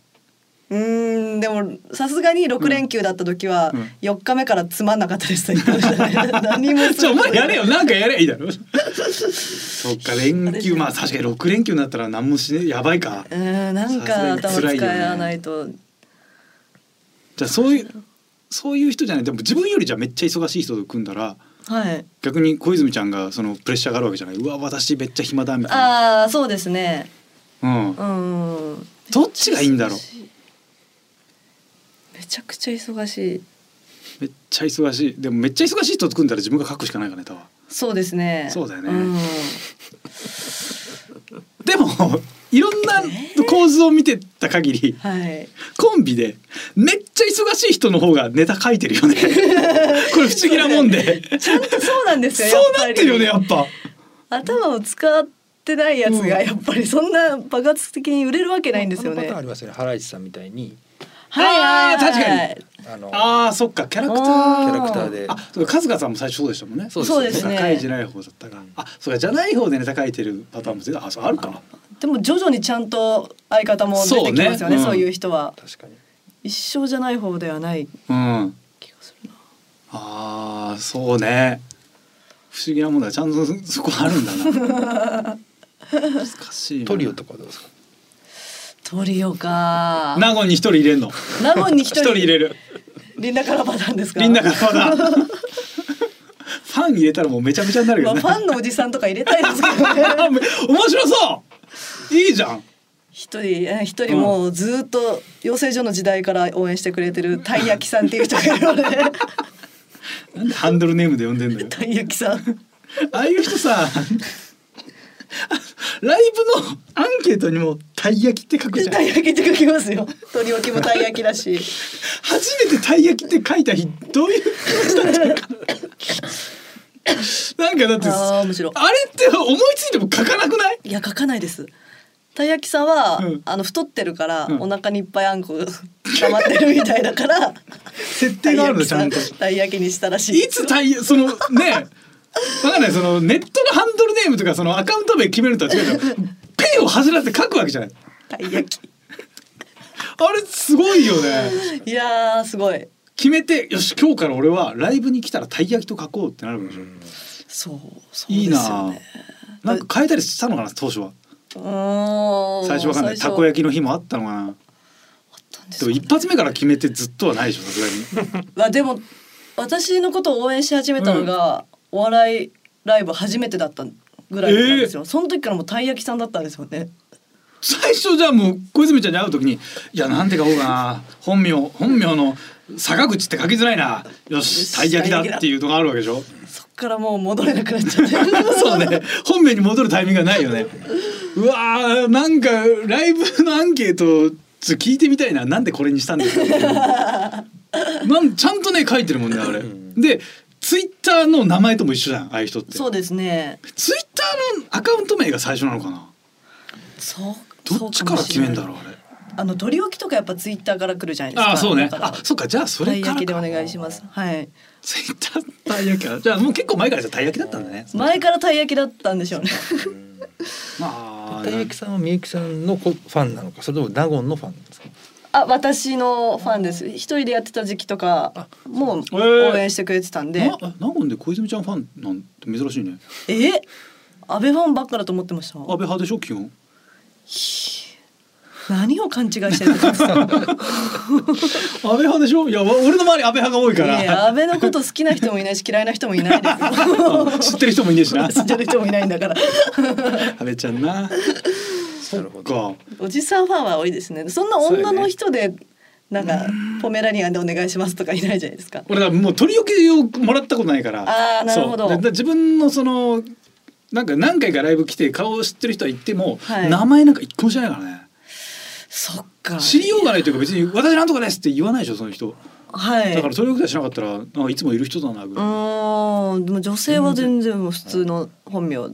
Speaker 3: うーんでもさすがに6連休だった時は
Speaker 2: うん
Speaker 3: 4日目からつまんなかったです、
Speaker 2: <laughs>
Speaker 3: 何もす
Speaker 2: じゃ
Speaker 3: る
Speaker 2: あお
Speaker 3: こと
Speaker 2: 前やれよなんかやればいいだ
Speaker 3: <laughs>
Speaker 2: ろそっか連休まあ確かに6連休になったら何もしねやばいか
Speaker 3: うーんなんか
Speaker 2: さ
Speaker 3: 頭
Speaker 2: すが
Speaker 3: 使
Speaker 2: に辛いよね
Speaker 3: えないと
Speaker 2: じゃあそういうそういう人じゃないでも自分よりじゃあめっちゃ忙しい人と組んだら
Speaker 3: はい
Speaker 2: 逆に小泉ちゃんがそのプレッシャーがあるわけじゃないうわ私めっちゃ暇だみたいな
Speaker 3: ああそうですね
Speaker 2: うん
Speaker 3: う、ーん
Speaker 2: どっちがいいんだろう
Speaker 3: めちゃくちゃ忙しい
Speaker 2: めっちゃ忙しいでもめっちゃ忙しい人と組んだら自分が書くしかないからね多分
Speaker 3: そうですね
Speaker 2: そうだよね
Speaker 3: ん
Speaker 2: でも <laughs> いろんな構図を見てた限り
Speaker 3: はい
Speaker 2: コンビでめっちゃ忙しい人の方がネタ書いてる
Speaker 3: <laughs>
Speaker 2: よねこれ不思議なもんで
Speaker 3: ちゃんとそうな
Speaker 2: <laughs>
Speaker 3: んですよ
Speaker 2: そうなってるよね
Speaker 3: や
Speaker 2: や
Speaker 3: っ
Speaker 2: っぱ
Speaker 3: ぱり頭を使ってないやつがやっぱりそんな爆発的に売れるわけないんですよ
Speaker 4: あのパ
Speaker 3: ねは
Speaker 4: ターンあ
Speaker 3: い
Speaker 4: りますよね。ハライチさんみたいに
Speaker 3: はい、はい、
Speaker 2: あー確かに
Speaker 4: あの
Speaker 2: あーそっかキャラクタ
Speaker 3: あ
Speaker 2: ー
Speaker 4: キ
Speaker 3: ー
Speaker 4: ャラクターで。
Speaker 2: あそうか春日さんも最初そうでしたもんね
Speaker 4: そう
Speaker 3: そうで
Speaker 4: ですす
Speaker 2: そう
Speaker 3: ね
Speaker 2: か書いてない方だったからあそうかじゃない方でネタ書いてるパターンも全然あそうあるか
Speaker 3: でも徐々にちゃんと相方も出てきます
Speaker 2: そ
Speaker 3: よ
Speaker 2: う
Speaker 3: ねそう
Speaker 2: ねうん
Speaker 3: いう人は
Speaker 4: 確かに。
Speaker 3: 一生じゃない方ではない
Speaker 2: うん
Speaker 3: 気がするな
Speaker 2: あーそうね不思議なもんだちゃんとそそこあるんだな難しいな
Speaker 4: トリオとかどうですか。
Speaker 3: トリオか
Speaker 2: 名護に一人入れんの
Speaker 3: 名護に一
Speaker 2: 一
Speaker 3: 人
Speaker 2: 人入れる
Speaker 3: リンダカラバタンですか
Speaker 2: みんながまだファン入れたらもうめちゃめちゃになるよ
Speaker 3: まあ
Speaker 2: ね
Speaker 3: ファンのおじさんとか入れたいですけどね
Speaker 2: <laughs> 面白そういいじゃん
Speaker 3: 一人え一人もうずーっと養成所の時代から応援してくれてるたい焼きさんっていう人がいる
Speaker 2: <laughs>
Speaker 3: ので
Speaker 2: なんでハンドルネームで呼んでんだよ
Speaker 3: たい焼きさん
Speaker 2: <laughs> ああいう人さライブのアンケートにも「たい焼き」って書くじゃ
Speaker 3: た
Speaker 2: ん
Speaker 3: い焼きって書きますよ取り置きもたい焼きだし
Speaker 2: 初めてたい焼きって書いた日どういう気持ちだったの <laughs> かなんかだって
Speaker 3: あー面白い
Speaker 2: あれって思いついても書かなくない
Speaker 3: いや書かないですたい焼きさんは、
Speaker 2: うん
Speaker 3: あの太ってるから、
Speaker 2: うん
Speaker 3: お腹にいっぱいあんこが溜まってるみたいだ
Speaker 2: <laughs>
Speaker 3: から
Speaker 2: 設定があるのちゃんと
Speaker 3: たい焼きさんたい焼きにしたらしい
Speaker 2: いつたいそのねわかんないそのネットのハンドルネームとかそのアカウント名決めるとは違うじゃんペンを走らせて書くわけじゃない
Speaker 3: たい焼き
Speaker 2: あれすごいよね
Speaker 3: いやーすごい
Speaker 2: 決めてよし今日から俺はライブに来たらたい焼きと書こうってなるわけでしょ、
Speaker 3: そうそう
Speaker 2: いい
Speaker 3: です
Speaker 2: な
Speaker 3: よ
Speaker 2: あ
Speaker 3: ね
Speaker 2: なんか変えたりしたのかな当初は
Speaker 3: うーん
Speaker 2: 最初わかんないたこ
Speaker 3: き
Speaker 2: 焼きの日もあったのかなでも一発目から決めてずっとはないでしょさすがに <laughs>
Speaker 3: わでも私のことを応援し始めたのが、お笑いライブ初めてだったぐらいなんですよ、その時からもうたい焼きさんだったんですよね
Speaker 2: 最初じゃあもう小泉ちゃんに会う時に「いやなんて書こうかな本名本名の坂口って書きづらいなよしたい焼きだ」っていうのがあるわけでしょ
Speaker 3: そっからもう戻れなくなっちゃって
Speaker 2: <laughs> そうね本名に戻るタイミングがないよねうわーなんかライブのアンケートちょっと聞いてみたいななんでこれにしたんですかっていうなんちゃんとね書いてるもんねあれでツイッターの名前とも一緒じゃんああいう人って
Speaker 3: そうですね
Speaker 2: ツイッターのアカウント名が最初なのかな
Speaker 3: そう
Speaker 2: どっちから決めんだろ
Speaker 3: う
Speaker 2: うあれ
Speaker 3: あの取り置きとかやっぱツイッターから来るじゃないですか
Speaker 2: ああそうね
Speaker 3: だから
Speaker 2: あそっかじゃあそ
Speaker 3: た
Speaker 2: れ
Speaker 3: い
Speaker 2: から
Speaker 3: 焼きでお
Speaker 2: か
Speaker 3: 願いしますはい
Speaker 2: ツイッターたい焼きかじゃあもう結構前からじゃあたい焼きだったんだね
Speaker 3: 前からたい焼きだったんで
Speaker 2: <laughs>
Speaker 3: しょうね
Speaker 2: まあ
Speaker 4: たい焼きさんはみゆきさんのこファンなのか、それともダゴンのファンなんですか。
Speaker 3: あ私のファンです一人でやってた時期とかもう
Speaker 2: えー
Speaker 3: 応援してくれてたんで、
Speaker 2: ななゴンで小泉ちゃんファンなんて珍しいね
Speaker 3: えー安倍ファンばっかだと思ってました
Speaker 2: 安倍派でしょ基本
Speaker 3: 何を勘違いしてるん
Speaker 2: <laughs>
Speaker 3: ですか
Speaker 2: 安倍派でしょいやわ俺の周り安倍派が多いか
Speaker 3: いや
Speaker 2: ら
Speaker 3: 安倍のこと好きな人もいないし嫌いな人もいないです
Speaker 2: <laughs>
Speaker 3: よ
Speaker 2: 知ってる人もいねえし
Speaker 3: <laughs>
Speaker 2: な
Speaker 3: 知ってる人もいないんだから
Speaker 2: 安倍ちゃんなそっか
Speaker 3: <laughs> おじさんファンは多いですねそんな女の人でなんかポメラニアンでお願いしますとかいないじゃないですか
Speaker 2: 俺だからもう取り置きをもらったことないから
Speaker 3: あーなるほ
Speaker 2: そ
Speaker 3: ど
Speaker 2: うだから自分のそのなんか何回かライブ来て顔を知ってる人は言っても、
Speaker 3: はい
Speaker 2: 名前なんか一個も知らないからね
Speaker 3: そっか
Speaker 2: 知りようがないというか別に「私なんとかです」って言わないでしょその人
Speaker 3: はい
Speaker 2: だから取り置きさえしなかったらなんかいつもいる人だなぐ
Speaker 3: う
Speaker 2: らい、あ
Speaker 3: ーんでも女性は全然もう普通の本名が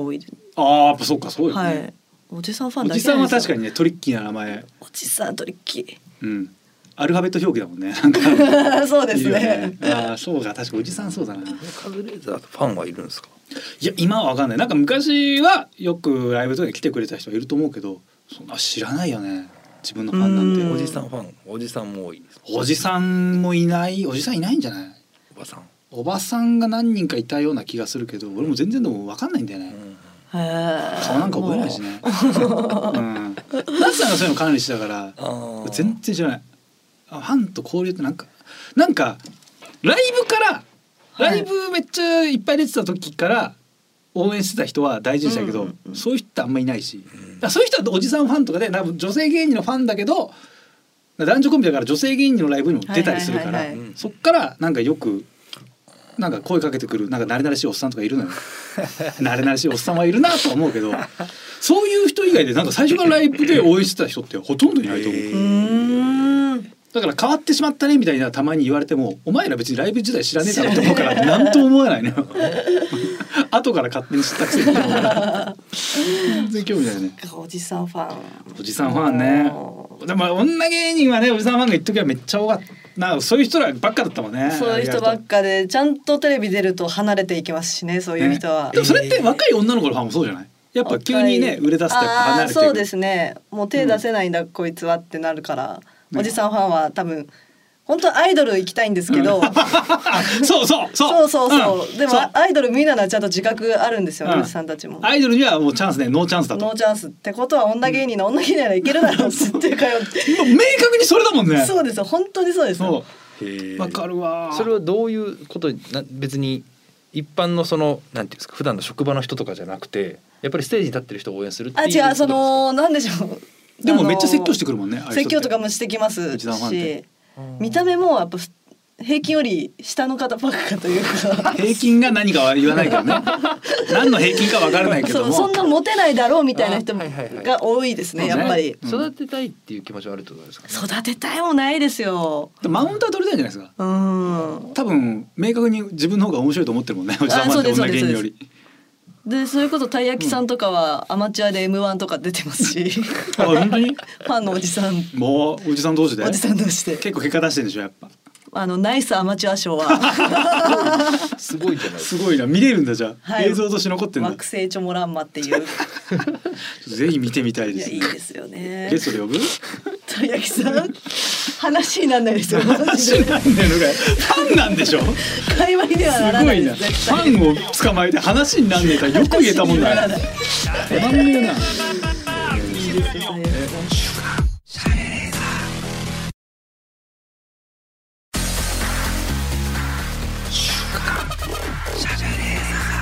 Speaker 3: 多いです、
Speaker 2: あやっぱそうかそうよね、
Speaker 3: はいおじさんファン
Speaker 2: お
Speaker 3: だけ
Speaker 2: じさんは
Speaker 3: なんで
Speaker 2: 確
Speaker 3: す
Speaker 2: か
Speaker 3: よ
Speaker 2: にねトリッキーな名前
Speaker 3: おじさんトリッキー
Speaker 2: うんアルファベット表記だもんね。なんか
Speaker 3: <laughs> そうです
Speaker 2: いいよ
Speaker 3: ね。
Speaker 2: ああ、そうか、確かおじさんそうだな。
Speaker 4: カズレーザーファンはいるんですか
Speaker 2: いや、今はわかんない。なんか昔はよくライブとかに来てくれた人はいると思うけど、そんな知らないよね。自分のファンなんて。
Speaker 3: う
Speaker 4: おじさんファンおじさんも多いです
Speaker 2: おじさんもいない、おじさんいないんじゃない。
Speaker 4: おばさん、
Speaker 2: おばさんが何人かいたような気がするけど、俺も全然でもわかんないんだよね。
Speaker 3: へー
Speaker 2: 顔なんか覚えないしね。うん。ナツさんがそういうの管理してたから。
Speaker 4: あ
Speaker 2: 全然知らないあファンと交流ってなんかなんかライブから
Speaker 3: は
Speaker 2: ラ
Speaker 3: い
Speaker 2: イブめっちゃいっぱい出てた時から応援してた人は大事にしたけど、
Speaker 3: うんうんうん
Speaker 2: そういう人ってあんまいないし、あそういう人はおじさんファンとかでなんか女性芸人のファンだけど男女コンビだから女性芸人のライブにも出たりするから、
Speaker 3: はいはいはい
Speaker 4: はい
Speaker 2: そっからなんかよくなんか声かけてくるなんか慣れ慣れしいおっさんとかい
Speaker 3: <laughs>
Speaker 2: るのよ慣れ慣れしいおっさんはいるなとは思うけどそういう人以外でなんか最初からライブで応援してた人ってほとんどいないと思う。
Speaker 4: へ
Speaker 3: うーん。
Speaker 2: だから変わってしまったねみたいなたまに言われてもお前ら別にライブ時代知らねえだろと思うから何とも思わないのよ <laughs> 後から勝手に知ったくせに全然興味ないね
Speaker 3: おじさんファン。
Speaker 2: おじさんファンねでも女芸人はねおじさんファンが一時はめっちゃ多かったなんかそういう人らばっかだったもんね
Speaker 3: そういう人ばっかでちゃんとテレビ出ると離れていきますしねそういう人は。
Speaker 2: でもそれって若い女の子のファンもそうじゃないやっぱ急にね売れ出すとやっぱ離れてい
Speaker 3: あ
Speaker 2: く
Speaker 3: ーそうですねもう手出せないんだ、こいつはってなるか
Speaker 2: ね
Speaker 3: ら、おじさんファンは多分本当はアイドル行きたいんですけど、
Speaker 2: あ <laughs> そうそうそ
Speaker 3: そううそうそう、
Speaker 2: ん
Speaker 3: でも
Speaker 2: そう
Speaker 3: アイドルみんなのはちゃんと自覚あるんですよ、
Speaker 2: うん
Speaker 3: おじさんたちも。
Speaker 2: アイドルにはもうチャンスねノーチャンスだ
Speaker 3: ノ
Speaker 2: と
Speaker 3: ーチャンスってことは女芸人の女芸人ならいけるだろうって言ってるから
Speaker 2: もう明確にそれだもんね
Speaker 3: そうですよ本当にそうです
Speaker 2: そ
Speaker 3: よ
Speaker 2: うわかるわ
Speaker 4: それはどういうことにな別に一般のそのなんていうんですか普段の職場の人とかじゃなくてやっぱりステージに立ってる人を応援するってい
Speaker 3: あ
Speaker 4: うこと
Speaker 3: 違うそのなんでしょう
Speaker 2: でもめっちゃ説教して
Speaker 3: く
Speaker 2: くるもんね。ああいう人
Speaker 3: 説
Speaker 2: って
Speaker 3: 教とかもしてきます
Speaker 2: 一段ファンって
Speaker 3: し見た目もやっぱ平均より下の方ばっかとい
Speaker 2: <laughs>
Speaker 3: うか
Speaker 2: 平均が何かは言わないけど
Speaker 3: <laughs>
Speaker 2: ね。何の平均かわからないけど
Speaker 3: そう
Speaker 2: も。
Speaker 3: そんなモテないだろうみたいな人
Speaker 4: あはいはいはい
Speaker 3: が多いですねやっぱり
Speaker 2: うん
Speaker 4: 育てたいっていう気持ちはあるってことですかね。
Speaker 3: 育てたいもないですよ
Speaker 2: マウントは取りたいんじゃないですか。
Speaker 3: うん
Speaker 2: 多分明確に自分の方が面白いと思ってるもんね。おじさん
Speaker 3: あ
Speaker 2: は
Speaker 3: そうです
Speaker 2: 女芸人より。
Speaker 3: でそれこそたい焼きさんとかはアマチュアで M1 とか出てます
Speaker 2: <laughs>
Speaker 3: しフ
Speaker 2: あ本当に。
Speaker 3: ァンのおじさん
Speaker 2: もうおじさん同士で。
Speaker 3: おじさん同士で
Speaker 2: 結構結果出してるんでしょやっぱ。
Speaker 3: あのナイスアマチュ
Speaker 2: <laughs>
Speaker 3: ア賞は
Speaker 4: すごいじゃないです
Speaker 2: すごいな見れるんだじゃあ、
Speaker 3: はい
Speaker 2: 映像として残ってるんだ。
Speaker 3: 惑
Speaker 2: ちょ
Speaker 3: 星チョモランマっていう
Speaker 2: っとぜひ見てみたい
Speaker 3: い
Speaker 2: で
Speaker 3: や
Speaker 2: す、
Speaker 3: いいですよね
Speaker 2: ゲストで呼ぶ？
Speaker 3: たい焼きさん話にならないですよマジ
Speaker 2: 知
Speaker 3: で
Speaker 2: らんねんのかよファンなんでしょ。
Speaker 3: 会話には
Speaker 2: す
Speaker 3: なら
Speaker 2: ご
Speaker 3: ないい
Speaker 2: な。
Speaker 3: で
Speaker 2: フ
Speaker 3: す絶対
Speaker 2: ァンを捕まえて話になんねえからよく言えたもんだね。たまんねえな。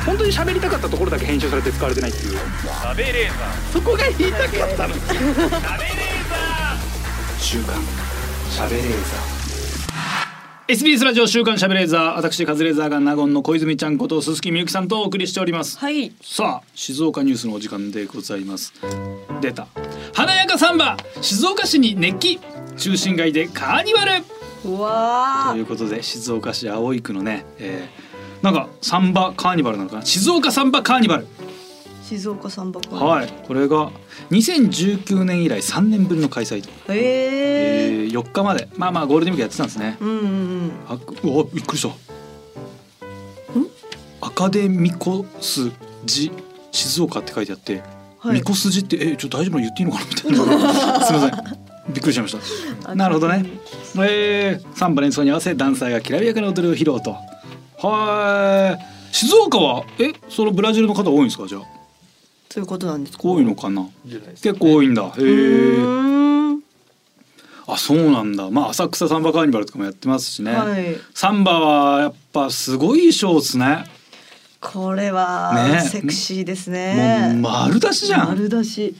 Speaker 1: 本当に喋りたかったところだけ編集されて使われてないっていう喋れーそこが言いたかったの喋れー週刊喋れー
Speaker 2: SBS ラジオ週刊シャベレーザー私カズレーザーが納言の小泉ちゃんこと鈴木みゆきさんとお送りしております、
Speaker 3: はい
Speaker 2: さあ静岡ニュースのお時間でございます出た華やかサンバ静岡市に熱気中心街でカーニバル
Speaker 3: うわ
Speaker 2: ということで静岡市葵区のね、えーなんかサンバカーニバルなのかな静岡サンバカーニバル
Speaker 3: ー静岡さんばっか
Speaker 2: はいこれが2019年以来3年ぶりの開催と、
Speaker 3: いえー、
Speaker 2: えー4日までまあまあゴールデンウィークやってたんですね
Speaker 3: うんうん
Speaker 2: あくうわびっくりしたアカデミコスジ静岡って書いてあって、
Speaker 3: はい
Speaker 2: ミコスジってえちょっと大丈夫なの言っていいのかなみたいな <laughs> すみませんびっくりしまし
Speaker 3: う
Speaker 2: た
Speaker 3: ん
Speaker 2: なるほどねえー、サンバ連想に合わせダンサーがきらびやかな踊りを披露とはーい静岡はえそのブラジルの方多いんですかじゃあ
Speaker 3: ということなんですか
Speaker 2: 多いのかな
Speaker 4: じゃないですか
Speaker 2: 結構多いんだへ
Speaker 3: う
Speaker 2: ー
Speaker 3: ーん
Speaker 2: あそうなんだまあ浅草サンバカーニバルとかもやってますしね、
Speaker 3: はい
Speaker 2: サンバはやっぱすごいショーですね
Speaker 3: これは
Speaker 2: ね
Speaker 3: セクシーです
Speaker 2: も
Speaker 3: ね
Speaker 2: う丸出しじゃん
Speaker 3: 丸出し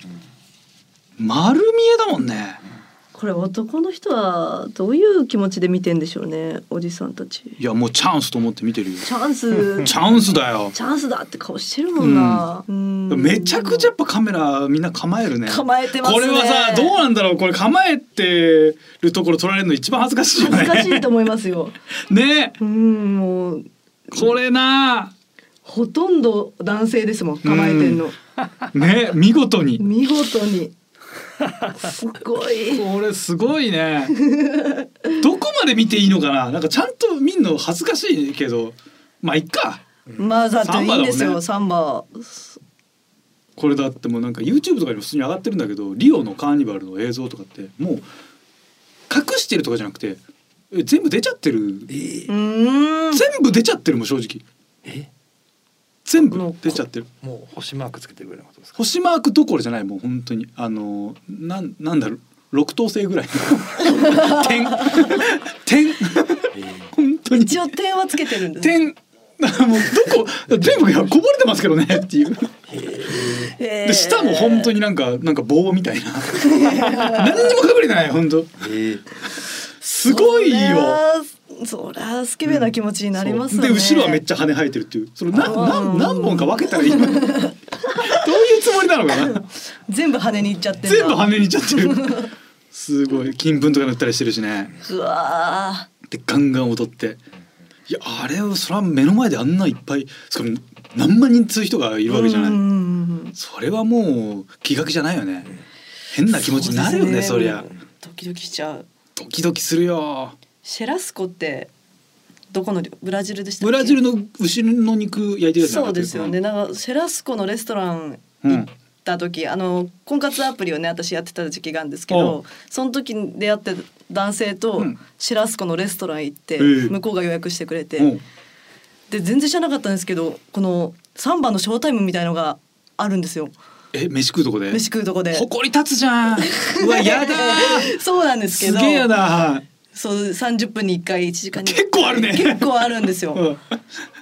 Speaker 2: 丸見えだもんね
Speaker 3: これ男の人はどういう気持ちで見てんでしょうねおじさんたち
Speaker 2: いやもうチャンスと思って見てるよ
Speaker 3: チャンス
Speaker 2: チ
Speaker 3: チ
Speaker 2: ャンスだよ
Speaker 3: ャンスだって顔してるもんな、うん
Speaker 2: めちゃくちゃやっぱカメラみんな構えるね
Speaker 3: 構えてますね
Speaker 2: これはさどうなんだろうこれ構えてるところ撮られるの一番恥ずかしいよね
Speaker 3: 恥ずかしいと思いますよ
Speaker 2: ね
Speaker 3: うんもう
Speaker 2: これな
Speaker 3: ほとんど男性ですもん構えてんの、
Speaker 2: ね見事に
Speaker 3: 見事にすごい。
Speaker 2: これすごい
Speaker 3: <laughs>
Speaker 2: ねどこまで見ていいのかななんかちゃんと見んの恥ずかしいけどまあいっか
Speaker 3: まあだっていいんですよサ
Speaker 2: サ
Speaker 3: ンバ。
Speaker 2: これだってもうなんか YouTube とかにも普通に上がってるんだけどリオのカーニバルの映像とかってもう隠してるとかじゃなくてえ全部出ちゃってる
Speaker 3: うーん。
Speaker 2: 全部出ちゃってるもん正直
Speaker 4: え
Speaker 2: 全部出ちゃってる
Speaker 4: もう星マークつけてるぐらいのことですか
Speaker 2: 星マークどころじゃないもう本当にあのなんなんだろう六等星ぐらい
Speaker 3: <laughs>
Speaker 2: 点点本当に
Speaker 3: 一応点はつけてるんです。
Speaker 2: 点もうどこ全部がこぼれてますけどねっていう
Speaker 3: え
Speaker 2: で下も本当
Speaker 3: に。
Speaker 2: になんかなんか棒みたい
Speaker 3: <laughs>
Speaker 2: な何にも隠れてない本当
Speaker 4: ええ
Speaker 2: すごいよ
Speaker 3: そりゃスケベな気持ちになりますよね。
Speaker 2: そうで後ろはめっちゃ羽生えてるっていうそのな
Speaker 3: あー
Speaker 2: な何本か分けたらいいのどういうつもりなのかな
Speaker 3: 全部羽にいっちゃってんだ
Speaker 2: 全部羽にいっちゃってるすごい金粉とか塗ったりしてるしね
Speaker 3: うわ
Speaker 2: でガンガン踊っていやあれをそれは目の前であんないっぱいしかも何万人っつう人がい
Speaker 3: ー
Speaker 2: るわけじゃない、
Speaker 3: うんうんうんうん
Speaker 2: それはもう気が気じゃないよね変な気持ちになるよねそ
Speaker 3: そう
Speaker 2: り
Speaker 3: です
Speaker 2: ゃ
Speaker 3: ねドキドキしちゃう。
Speaker 2: ドキドキするよ
Speaker 3: シェラスコってどこのブラジルでしたっ
Speaker 2: ブ
Speaker 3: け
Speaker 2: ラジルの牛の肉焼いてるやつなん
Speaker 3: そうですよねなんかシェラスコのレストラン
Speaker 2: うん、
Speaker 3: 行った時あの婚活アプリをね私やってた時期があるんですけ
Speaker 2: おう
Speaker 3: どその時に出会って男性
Speaker 2: う
Speaker 3: と
Speaker 2: ん
Speaker 3: シェラスコのレストラン行って、
Speaker 2: ええ
Speaker 3: 向こうが予約してくれて、
Speaker 2: うん
Speaker 3: で全然知らなかったんですけどこのサンバのショータイムみたいのがあるんですよ
Speaker 2: え飯食うとこで
Speaker 3: 飯食うとこで。
Speaker 2: 誇り立つじゃんうわやだ
Speaker 3: <laughs> そうなんですけ
Speaker 2: す
Speaker 3: ど
Speaker 2: げえやだ
Speaker 3: そう30分に1回1時間に
Speaker 2: 結構あるね
Speaker 3: 結構あるんですよ。
Speaker 2: <laughs> うん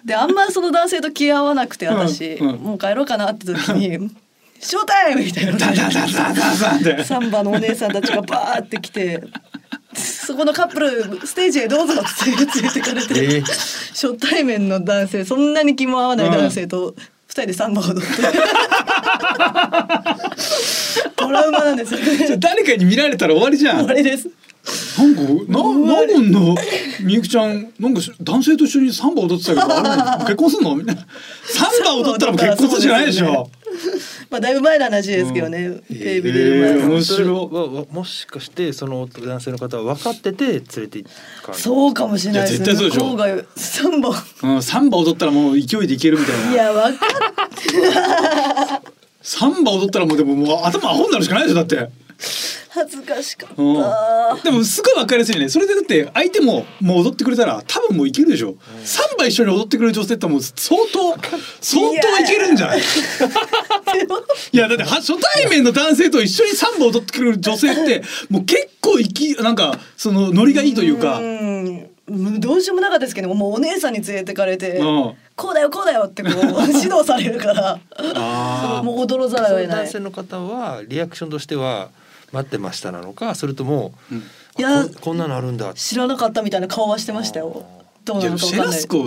Speaker 3: であんまその男性と気合わなくて私、
Speaker 2: うんうん
Speaker 3: もう帰ろうかなって時に <laughs> 「ショータイム!」みたいな
Speaker 2: ダダダダダダって
Speaker 3: サンバのお姉さんたちがバーって来てそこのカップルステージへどうぞって連れてかれて、
Speaker 4: ええ
Speaker 3: 初対面の男性そんなに気も合わない男性と二人でサンバを踊ってトラウマなんですよ
Speaker 2: じゃあ誰かに見られたら終わりじゃん
Speaker 3: あれです
Speaker 2: なんかななんかのみゆきちゃんなんかし男性と一緒にサンバ踊ってたけどあれ結婚すんのみたいなサンバ踊ったらもう結婚するじゃないでしょ。
Speaker 3: まあだいぶ前の話ですけどね、テレビ出
Speaker 2: えー
Speaker 3: る前
Speaker 2: 面白い
Speaker 4: それはわもしかしてその男性の方は分かってて連れて行った
Speaker 3: そうかもしれないです
Speaker 2: いや絶対そうでしょ
Speaker 3: 向こがサンバ
Speaker 2: うん、サンバ踊ったらもう勢いでいけるみたい
Speaker 3: い
Speaker 2: な
Speaker 3: やわかっ
Speaker 2: サンバ踊ったらもうでももう頭アホになるしかないでしょだって、
Speaker 3: 恥ずかしかった、
Speaker 2: うん、でもすごい分かりやすいよねそれでだって相手ももう踊ってくれたら多分もういけるでしょ、サンバ一緒に踊ってくれる女性ってもう相当相当いけるんじゃないいやだっては初対面の男性と一緒にサンバ踊ってくれる女性ってもう結構いきなんかそのノリがいいというか
Speaker 3: うーんどうしようもなかったですけどもうお姉さんに連れてかれて、
Speaker 2: うん
Speaker 3: こうだよこうだよってこう指導されるから
Speaker 2: あ
Speaker 3: もう踊らざるを
Speaker 4: そ
Speaker 3: 得
Speaker 4: の
Speaker 3: な
Speaker 4: 男
Speaker 3: い
Speaker 4: 性の方はリアクションとしては待ってましたなのかそれとも、
Speaker 2: ん
Speaker 3: いや
Speaker 4: あここんなのあるんだ
Speaker 3: 知らなかったみたいな顔はしてましたよどう
Speaker 2: い
Speaker 3: な
Speaker 2: や
Speaker 3: のか
Speaker 2: シェ
Speaker 3: 分かん
Speaker 2: ラ
Speaker 3: ない
Speaker 2: スコ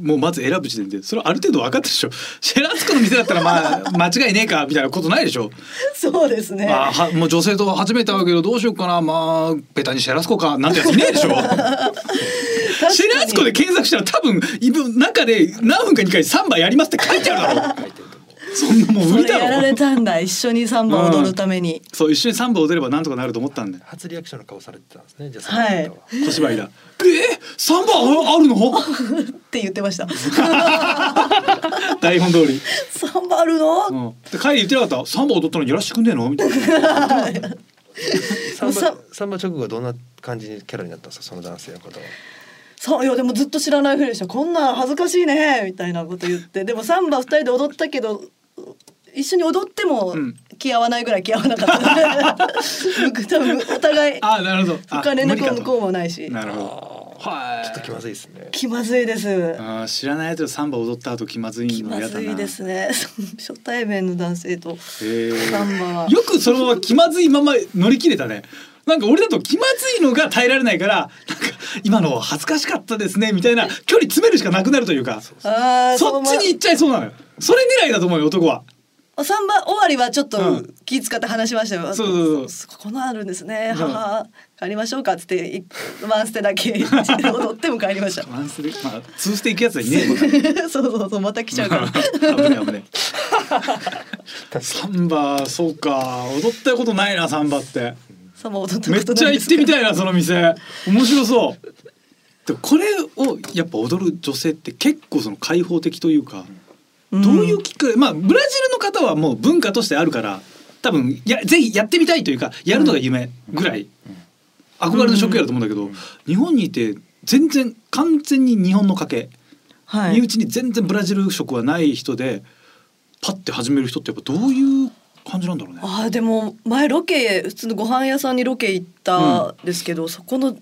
Speaker 2: もうまず選ぶ時点でそれはある程度分かったでしょシェラスコの店だったらまあ間違いねえかみたいなことないでしょ、
Speaker 3: そうですね
Speaker 2: あーはもう女性と初めて会うけどどうしようかなまあベタにシェラスコかなんてやついねえでしょ
Speaker 3: 確
Speaker 2: <laughs>
Speaker 3: かに
Speaker 2: シェラスコで検索したら多分いぶ中で何分かに回サンバやりますって書いてあるだろ
Speaker 4: 書いてると思う
Speaker 3: <laughs>
Speaker 2: そんなもん
Speaker 3: そ
Speaker 2: 無理
Speaker 3: れ
Speaker 2: だ
Speaker 3: やら
Speaker 2: ろ
Speaker 3: れたんだ一緒にサンバ踊るために、
Speaker 2: そう一緒にサンバ踊ればなんとかなると思ったんで
Speaker 4: 初リアクションの顔されてたんですねじゃあ
Speaker 3: はい
Speaker 4: その方は
Speaker 2: 小芝居だえサンバああるの <laughs>
Speaker 3: って言ってました
Speaker 2: 台本通り、
Speaker 3: <laughs> サンバあるの、
Speaker 2: うん、で帰り言ってなかったサンバ踊ったのにやらしてくんねえのみ
Speaker 3: <laughs>
Speaker 2: たいな
Speaker 4: サンバ
Speaker 3: さ
Speaker 4: サンバ直後はどんな感じにキャラになったんですかその男性の方は
Speaker 3: そういやでもずっと知らないふりでしたこんなん恥ずかしいねみたいなこと言ってでもサンバ二人で踊ったけど一緒に踊っても
Speaker 2: ん
Speaker 3: 気合わないぐらい気合わなか
Speaker 2: <laughs>
Speaker 3: った、多分お互い
Speaker 2: あなるほどあ
Speaker 3: 他連
Speaker 2: 無理
Speaker 3: 絡
Speaker 2: か
Speaker 3: も
Speaker 2: と
Speaker 3: 向こうもないし
Speaker 2: なるほどはい
Speaker 4: ちょっと気まずいですね
Speaker 3: 気まずいです
Speaker 2: あー知らないやつがサンバ踊った後気まずい
Speaker 3: 気
Speaker 2: の
Speaker 3: ま
Speaker 2: 嫌だな
Speaker 3: ずいですね <laughs> 初対面の男性と
Speaker 2: へー
Speaker 3: サンバは
Speaker 2: よくそのまま気まずいまま乗り切れたねなんか俺だと気まずいのが耐えられないからなんか今の恥ずかしかったですねみたい <laughs> な距離詰めるしかなくなるというかそ
Speaker 3: あー
Speaker 2: っちに行
Speaker 3: う
Speaker 2: っちゃいそうなのよそれ狙いだと思うよ男は
Speaker 3: まサンバ終わりはちょっ
Speaker 2: う
Speaker 3: と
Speaker 2: ん
Speaker 3: 気使って話しましたよ、
Speaker 2: そうそう
Speaker 3: このあるんですね、
Speaker 2: うん
Speaker 3: はは帰りましょうかっつっていワンステだ
Speaker 2: <laughs>
Speaker 3: け一緒に踊っても帰りました
Speaker 2: ワンスでまあツースで <laughs>
Speaker 3: <laughs>
Speaker 2: 行くやつはいねえもんな <laughs>
Speaker 3: そうそうそうまた来ちゃうから。
Speaker 2: 危ねえ危ねえ
Speaker 4: 確
Speaker 2: サンバそうか踊ったことないなサンバって
Speaker 3: サバ踊った
Speaker 2: め
Speaker 3: こ
Speaker 2: っ
Speaker 3: と
Speaker 2: ち
Speaker 3: な
Speaker 2: ゃ
Speaker 3: いで
Speaker 2: 行っ
Speaker 3: すか
Speaker 2: てみたいなその店面白そうでもこれをやっぱ踊る女性って結構その開放的というか、
Speaker 3: ん
Speaker 2: どういうきっかけまあブラジルの方はもう文化としてあるから多分やぜひやってみたいというかやるのが夢ぐらい、憧れの職業だと思うんだけど、日本にいて全然完全に日本の家系、
Speaker 3: はい
Speaker 2: 身内に全然ブラジル食はない人でパッて始める人ってやっぱどういう感じなんだろうね。
Speaker 3: あーでも前ロケ普通のご飯屋さんにロケ行ったんですけど、そこの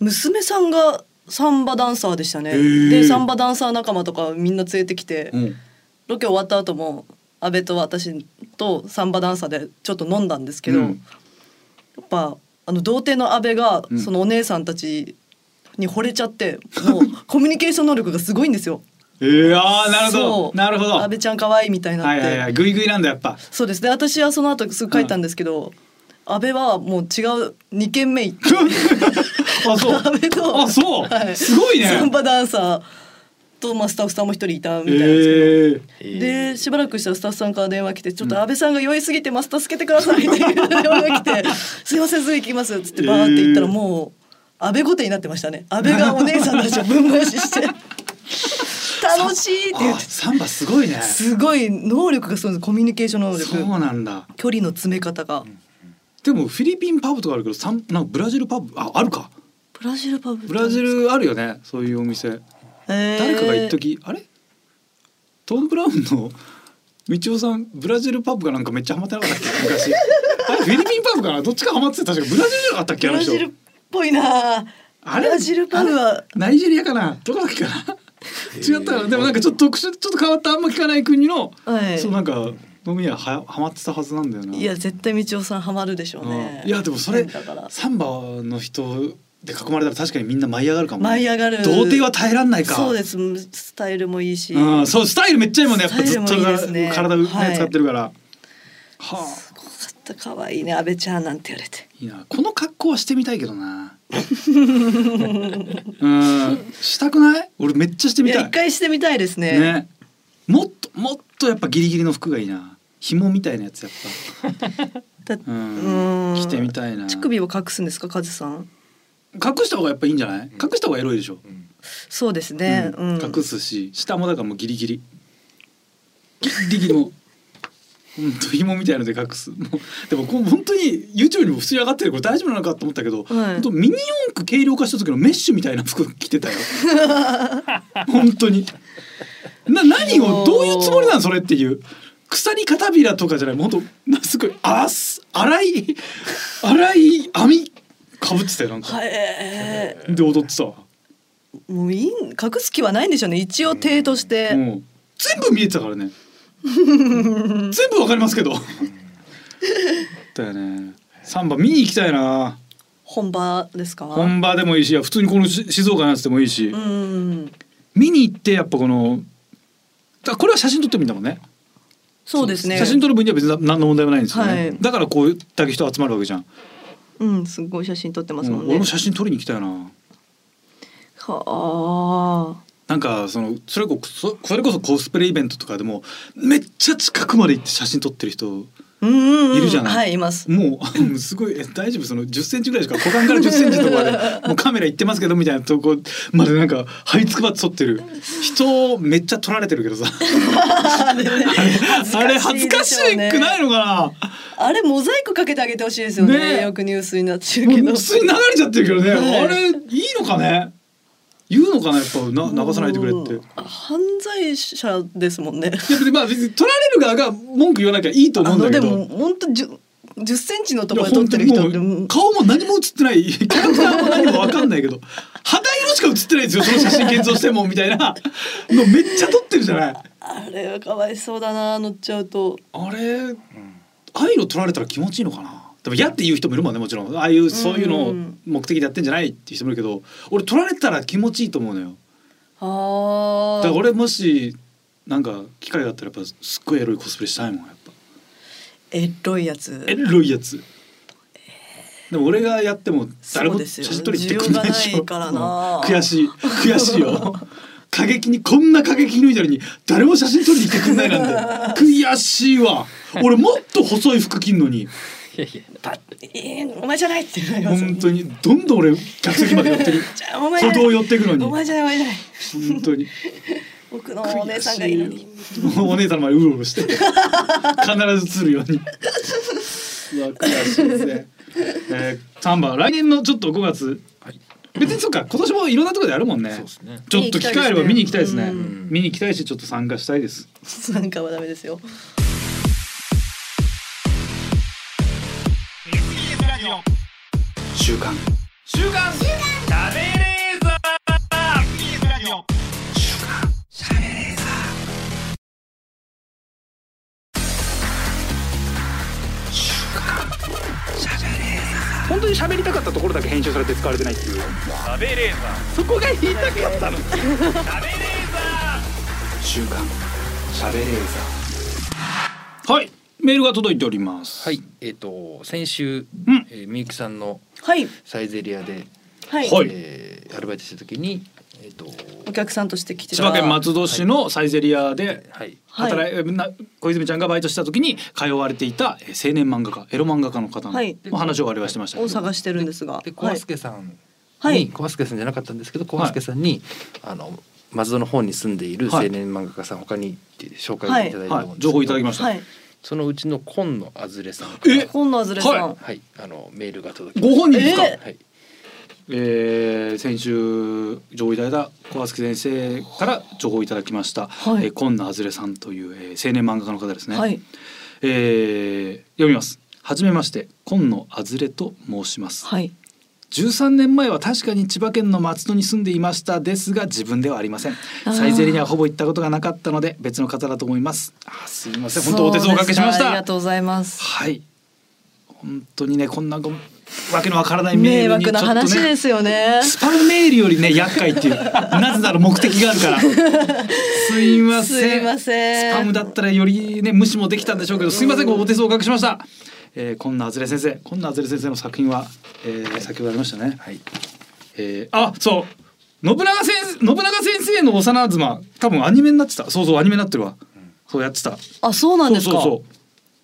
Speaker 3: 娘さんがサンバダンサーでしたね
Speaker 2: へー
Speaker 3: でサンバダンサー仲間とかみんな連れてきて、
Speaker 2: うん
Speaker 3: ロケ終わった後も阿部と私とサンバダンサーでちょっと飲んだんですけど、
Speaker 2: うん
Speaker 3: やっぱあの童貞の阿部が
Speaker 2: うん
Speaker 3: そのお姉さんたちに惚れちゃって、もうコミュニケーション能力がすごいんですよ。
Speaker 2: えー、あーなるほ
Speaker 3: そ
Speaker 2: ど
Speaker 3: う
Speaker 2: なるほど。
Speaker 3: 阿部ちゃん可愛いみたいになっ
Speaker 2: は
Speaker 3: て、
Speaker 2: いはいはいグイグイなんだやっぱ。
Speaker 3: そうですね私はその後すぐ帰ったんですけど、安倍はもう違う2軒目行って
Speaker 2: あそう。
Speaker 3: <laughs> 安倍と
Speaker 2: あそう、
Speaker 3: はい
Speaker 2: すごいね。
Speaker 3: サンバダンサーと、まあ、スタッフさんも一人いたみたいなんですけ
Speaker 2: え
Speaker 3: ど。
Speaker 2: ー
Speaker 3: でしばらくしたらスタッフさんから電話来て「ちょっと安倍さんが酔いすぎてます助けてください」っていう電話が来
Speaker 2: <laughs>
Speaker 3: て「すいませんすぐ行きます」っつってバーって行ったらもう安倍御殿になってましたね安倍がお姉さんたちを分回しして
Speaker 2: <laughs>
Speaker 3: 「楽しい」って言
Speaker 2: あ
Speaker 3: って
Speaker 2: サンバすごいね。
Speaker 3: すごい能力がすごいんですコミュニケーション能力
Speaker 2: そうなんだ。
Speaker 3: 距離の詰め方が。
Speaker 2: でもフィリピンパブとかあるけど、サンなんかブラジルパブああるか。
Speaker 3: ブラジルパブ
Speaker 2: ブラジルあるよね。そういうお店。誰かが一
Speaker 3: とき
Speaker 2: 時あれトムブラウンの道夫さんブラジルパブかなんかめっちゃハマってなかったっけ昔。あれフィリピンパブかなどっちかハマってた確かブラジルじゃなかったっけ
Speaker 3: ブ
Speaker 2: あの
Speaker 3: ラ
Speaker 2: 人
Speaker 3: ジルっぽいな
Speaker 2: あ
Speaker 3: あ
Speaker 2: れ
Speaker 3: れブラジルパブは
Speaker 2: ナイジェリアかなどこだっけかな違ったかなでもなんかちょっと特殊ちょっと変わったあんま聞かない国の、
Speaker 3: はい
Speaker 2: そうなんか飲み屋ははまってたはずなんだよない
Speaker 3: や絶対道夫さんハマるでしょうね
Speaker 2: うんいやでもそれ
Speaker 3: だから
Speaker 2: サンバの人で囲まれたら確かにみんな舞い上がるかも
Speaker 3: 舞い上がる
Speaker 2: 童貞は耐えらんないか
Speaker 3: そうですすスタイルもいいし
Speaker 2: うん、そうスタイルめっちゃいいもんねやっぱずっ
Speaker 3: スタ
Speaker 2: と
Speaker 3: イルもいいですね
Speaker 2: 体を、ね
Speaker 3: はい
Speaker 2: 使ってるからはあ
Speaker 3: すごかった可愛いね安倍ちゃんなんて言われて
Speaker 2: いいなこの格好はしてみたいけど
Speaker 3: <laughs>
Speaker 2: なうんしたくない俺めっちゃして
Speaker 3: い
Speaker 2: みたい
Speaker 3: や一回してみたいですね
Speaker 2: ねもっともっとやっぱギリギリの服がいいな紐みたいなやつやっ
Speaker 3: だ
Speaker 2: ぱ、うん、
Speaker 3: うーん
Speaker 2: 着てみたいな
Speaker 3: 乳首を隠すんですかカズさん
Speaker 2: 隠した方がやっぱいいんじゃない隠した方がエロいでしょ、
Speaker 3: そうですね、
Speaker 2: う
Speaker 3: うんん
Speaker 2: 隠すし下もだからもうギリギリギリギリもうんと紐みたいので隠すもうでもこう本当に YouTube にも普通に上がってるこれ大丈夫なのかと思ったけど、
Speaker 3: はい
Speaker 2: 本当ミニ四駆軽量化した時のメッシュみたいな服着てたよ
Speaker 3: <laughs>
Speaker 2: 本当にな何をどういうつもりなんそれっていう鎖片びらとかじゃないもう本当なすごいあす荒い荒い網かぶってたよなんか、
Speaker 3: はいえ
Speaker 2: で踊ってたわ
Speaker 3: ーもういいん隠す気はないんでしょうね一応手として、
Speaker 2: うん、全部見えてたから
Speaker 3: <laughs>
Speaker 2: ね全部わかりますけどだよねサンバ見に行きたいな
Speaker 3: 本場ですか
Speaker 2: 本場でもいいしいや普通にこのし静岡のやつでもいいし、
Speaker 3: うん
Speaker 2: 見に行ってやっぱこのだこれは写真撮ってもいいんだもんね
Speaker 3: そうですね
Speaker 2: 写真撮る分には別に何の問題もないんですよね、
Speaker 3: はい
Speaker 2: だからこうだけ人集まるわけじゃん、
Speaker 3: うん、すごい写真撮ってます
Speaker 2: う
Speaker 3: もん
Speaker 2: ん
Speaker 3: ね。
Speaker 2: 俺も写真撮りに行きたいな
Speaker 3: はあ。
Speaker 2: なんかそのそれこそそれこそコスプレイベントとかでもめっちゃ近くまで行って写真撮ってる人
Speaker 3: うんうん、うん、
Speaker 2: いるじゃない
Speaker 3: はい、い <laughs> ます。
Speaker 2: もうもうすごいえ大丈夫その10センチぐらいしか股間から10センチのところまで
Speaker 3: <laughs>
Speaker 2: もうカメラ行ってますけどみたいなとこまでなんか這いつくばって撮ってる人めっちゃ撮られてるけどさ
Speaker 3: あれね
Speaker 2: あれ恥ずかし
Speaker 3: でょうね
Speaker 2: くないのか
Speaker 3: あれモザイクかけてあげてほしいですよね。
Speaker 2: ねえ
Speaker 3: よくニュースになって
Speaker 2: な
Speaker 3: る
Speaker 2: も
Speaker 3: け
Speaker 2: う
Speaker 3: ど。
Speaker 2: 普通に流れちゃってるけどね、
Speaker 3: はい
Speaker 2: あれいいのかね言うのかなやっぱな流さないでくれって。
Speaker 3: うん犯罪者ですもんね。
Speaker 2: いや別にまあ別に撮られる側が文句言わなきゃいいと思
Speaker 3: あ
Speaker 2: うんだ
Speaker 3: の
Speaker 2: け
Speaker 3: で
Speaker 2: ど。
Speaker 3: も本当十十センチのと
Speaker 2: い
Speaker 3: こ
Speaker 2: や
Speaker 3: ろで撮
Speaker 2: 本当
Speaker 3: って
Speaker 2: に
Speaker 3: る人って。
Speaker 2: も
Speaker 3: う
Speaker 2: うん顔も何も映ってない <laughs> キャラクターも何も分かんないけど肌色しか映ってないですよその写真現像してもみたいなのめっちゃ撮ってるじゃない
Speaker 3: あれはかわいそうだな乗っちゃうと。
Speaker 2: あれああいうの撮られたら気持ちいいのかなでも嫌っていう人もいるもんねもちろんああいうそういうのを目的でやってんじゃないっていう人もいるけど俺撮られたら気持ちいいと思うのよ
Speaker 3: あ
Speaker 2: だか
Speaker 3: あ。
Speaker 2: ら俺もしなんか機会があったらやっぱすっごいエロいコスプレしたいもんやっぱ
Speaker 3: エロいやつ。
Speaker 2: エロいやつでも俺がやっても誰
Speaker 3: そ
Speaker 2: も
Speaker 3: うです
Speaker 2: 写
Speaker 3: よ
Speaker 2: 真撮りに行ってくんないでしょ
Speaker 3: 需要がないから
Speaker 2: う
Speaker 3: な
Speaker 2: ん悔しい悔しいよ過激にこんな過激脱いだのに誰も写真撮りに来てくんないなんて悔しいわ俺もっと細い服着んのに
Speaker 4: いやいや
Speaker 3: パッ「えーお前じゃない」ってなりますよね
Speaker 2: 本当にどんどん俺客席まで寄ってる
Speaker 3: じゃあお前じゃ
Speaker 2: 歩
Speaker 3: な
Speaker 2: 道
Speaker 3: い
Speaker 2: 寄っていくのに
Speaker 3: お前じゃないお前じゃない
Speaker 2: 本当に
Speaker 3: 奥のお姉さんがいいのに
Speaker 2: 悔し <laughs> いお姉さんの前うろうろして必ず映るよ <laughs> うにうわ悔しいですね、えー、3番来年のちょっと5月
Speaker 4: はい
Speaker 2: 別にそうか今年もいろんなところでやるもんね
Speaker 4: そうですね
Speaker 2: ちょっと機会あれば見に行きたいですね
Speaker 3: うん
Speaker 2: 見に行きたいしちょっと参加したいです
Speaker 3: なんかはダメですよ
Speaker 2: 週刊
Speaker 1: 本当に喋りたかったところだけ編集されて使われてないっていう週刊喋れー
Speaker 2: はいメールが届いております
Speaker 4: はいえっ、と先週、
Speaker 2: うん
Speaker 4: えーみゆきさんの
Speaker 3: はい
Speaker 4: サイゼリアで、
Speaker 3: はい、
Speaker 2: はい
Speaker 4: えーアルバイトしてた時にえっ、と
Speaker 3: お客さんとして来て
Speaker 2: 千
Speaker 3: た
Speaker 2: 葉県松戸市のサイゼリアで
Speaker 4: はい
Speaker 3: はい
Speaker 2: 働い、な小泉ちゃんがバイトした時に通われていたえー青年漫画家エロ漫画家の方
Speaker 3: はい
Speaker 2: のお話を我々はしてましたけど、
Speaker 3: を探してるんですが
Speaker 4: で小助さんに、
Speaker 3: はい
Speaker 4: 小助さんじゃなかったんですけど小助さんに、あの松戸の方に住んでいる青年漫画家さん、他にって紹介をいただいた
Speaker 2: は
Speaker 4: と思
Speaker 2: い、
Speaker 4: うんですけど、
Speaker 2: 情報いただきました、
Speaker 3: はい
Speaker 4: そのうちの紺野あずれさんから
Speaker 2: え
Speaker 3: 今野あずれさん、
Speaker 2: は
Speaker 4: はいあのメールが届きま
Speaker 2: ご
Speaker 4: し
Speaker 2: 本人ですか、
Speaker 3: え
Speaker 4: たはい
Speaker 2: えー先週情報いただいた小月先生から情報をいただきました、
Speaker 3: はい
Speaker 2: えー、今野あずれさんという、えー青年漫画家の方ですね、
Speaker 3: はい
Speaker 2: えー読みますはじめまして今野あずれと申します、
Speaker 3: はい
Speaker 2: 13年前は確かに千葉県の松戸に住んでいましたですが自分ではありません
Speaker 3: ー
Speaker 2: サイゼリにはほぼ行ったことがなかったので別の方だと思いますあーすいません本当お手数をおかけしまし
Speaker 3: そうでかあり
Speaker 2: た
Speaker 3: がとうございます
Speaker 2: はい本当にねこんなごわけのわからないメー
Speaker 3: 迷
Speaker 2: ルにちょっと
Speaker 3: 惑な
Speaker 2: ね
Speaker 3: 話ですよね
Speaker 2: スパムメールよりね厄介って
Speaker 3: <laughs>
Speaker 2: いうなぜなら目的があるからすいません
Speaker 3: すいません
Speaker 2: スパムだったらよりね無視もできたんでしょうけどすいませんごお手数をおかけしました、えー、今野あずれ先生今野あずれ先生の作品は、えー、先ほどありましたね
Speaker 4: はい
Speaker 2: えーあそう信長先生信長先生の幼妻多分アニメになってたそうそうアニメになってるわ、そうやってた
Speaker 3: あそうなんですか
Speaker 2: そうそうそう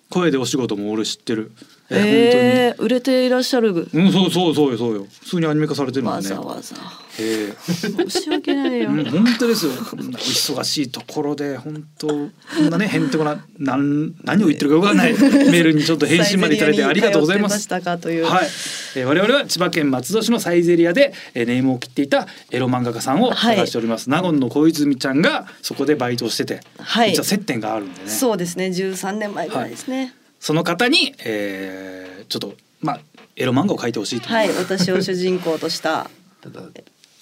Speaker 2: 声でお仕事も俺知ってる
Speaker 3: えー、売れていらっしゃる
Speaker 2: 本当にうんそうそうそうよそうよ普通にアニメ化されてるも
Speaker 3: わ
Speaker 2: んね
Speaker 3: ざわざ
Speaker 2: えー
Speaker 3: 申し訳ないよ
Speaker 2: うん、本当ですよ。こんなお忙しいところで本当こんなね変てこななん何を言ってるかわから
Speaker 3: <laughs>
Speaker 2: ないメールにちょっと返信までいただいてありがとうございます。
Speaker 3: サイゼリアに通ってましたかという
Speaker 2: はい、えー我々は千葉県松戸市のサイゼリアで、えーネームを切っていたエロ漫画家さんを
Speaker 3: はい
Speaker 2: 探しております、納言の小泉ちゃんがそこでバイトをしてて、
Speaker 3: はい
Speaker 2: 一応接点があるんでねそ
Speaker 3: そうですね13年前ぐらいですね
Speaker 2: の方に、えーちょっとまあエロ漫画を描いてほしいと
Speaker 3: はい、私を主人公とした
Speaker 4: ただ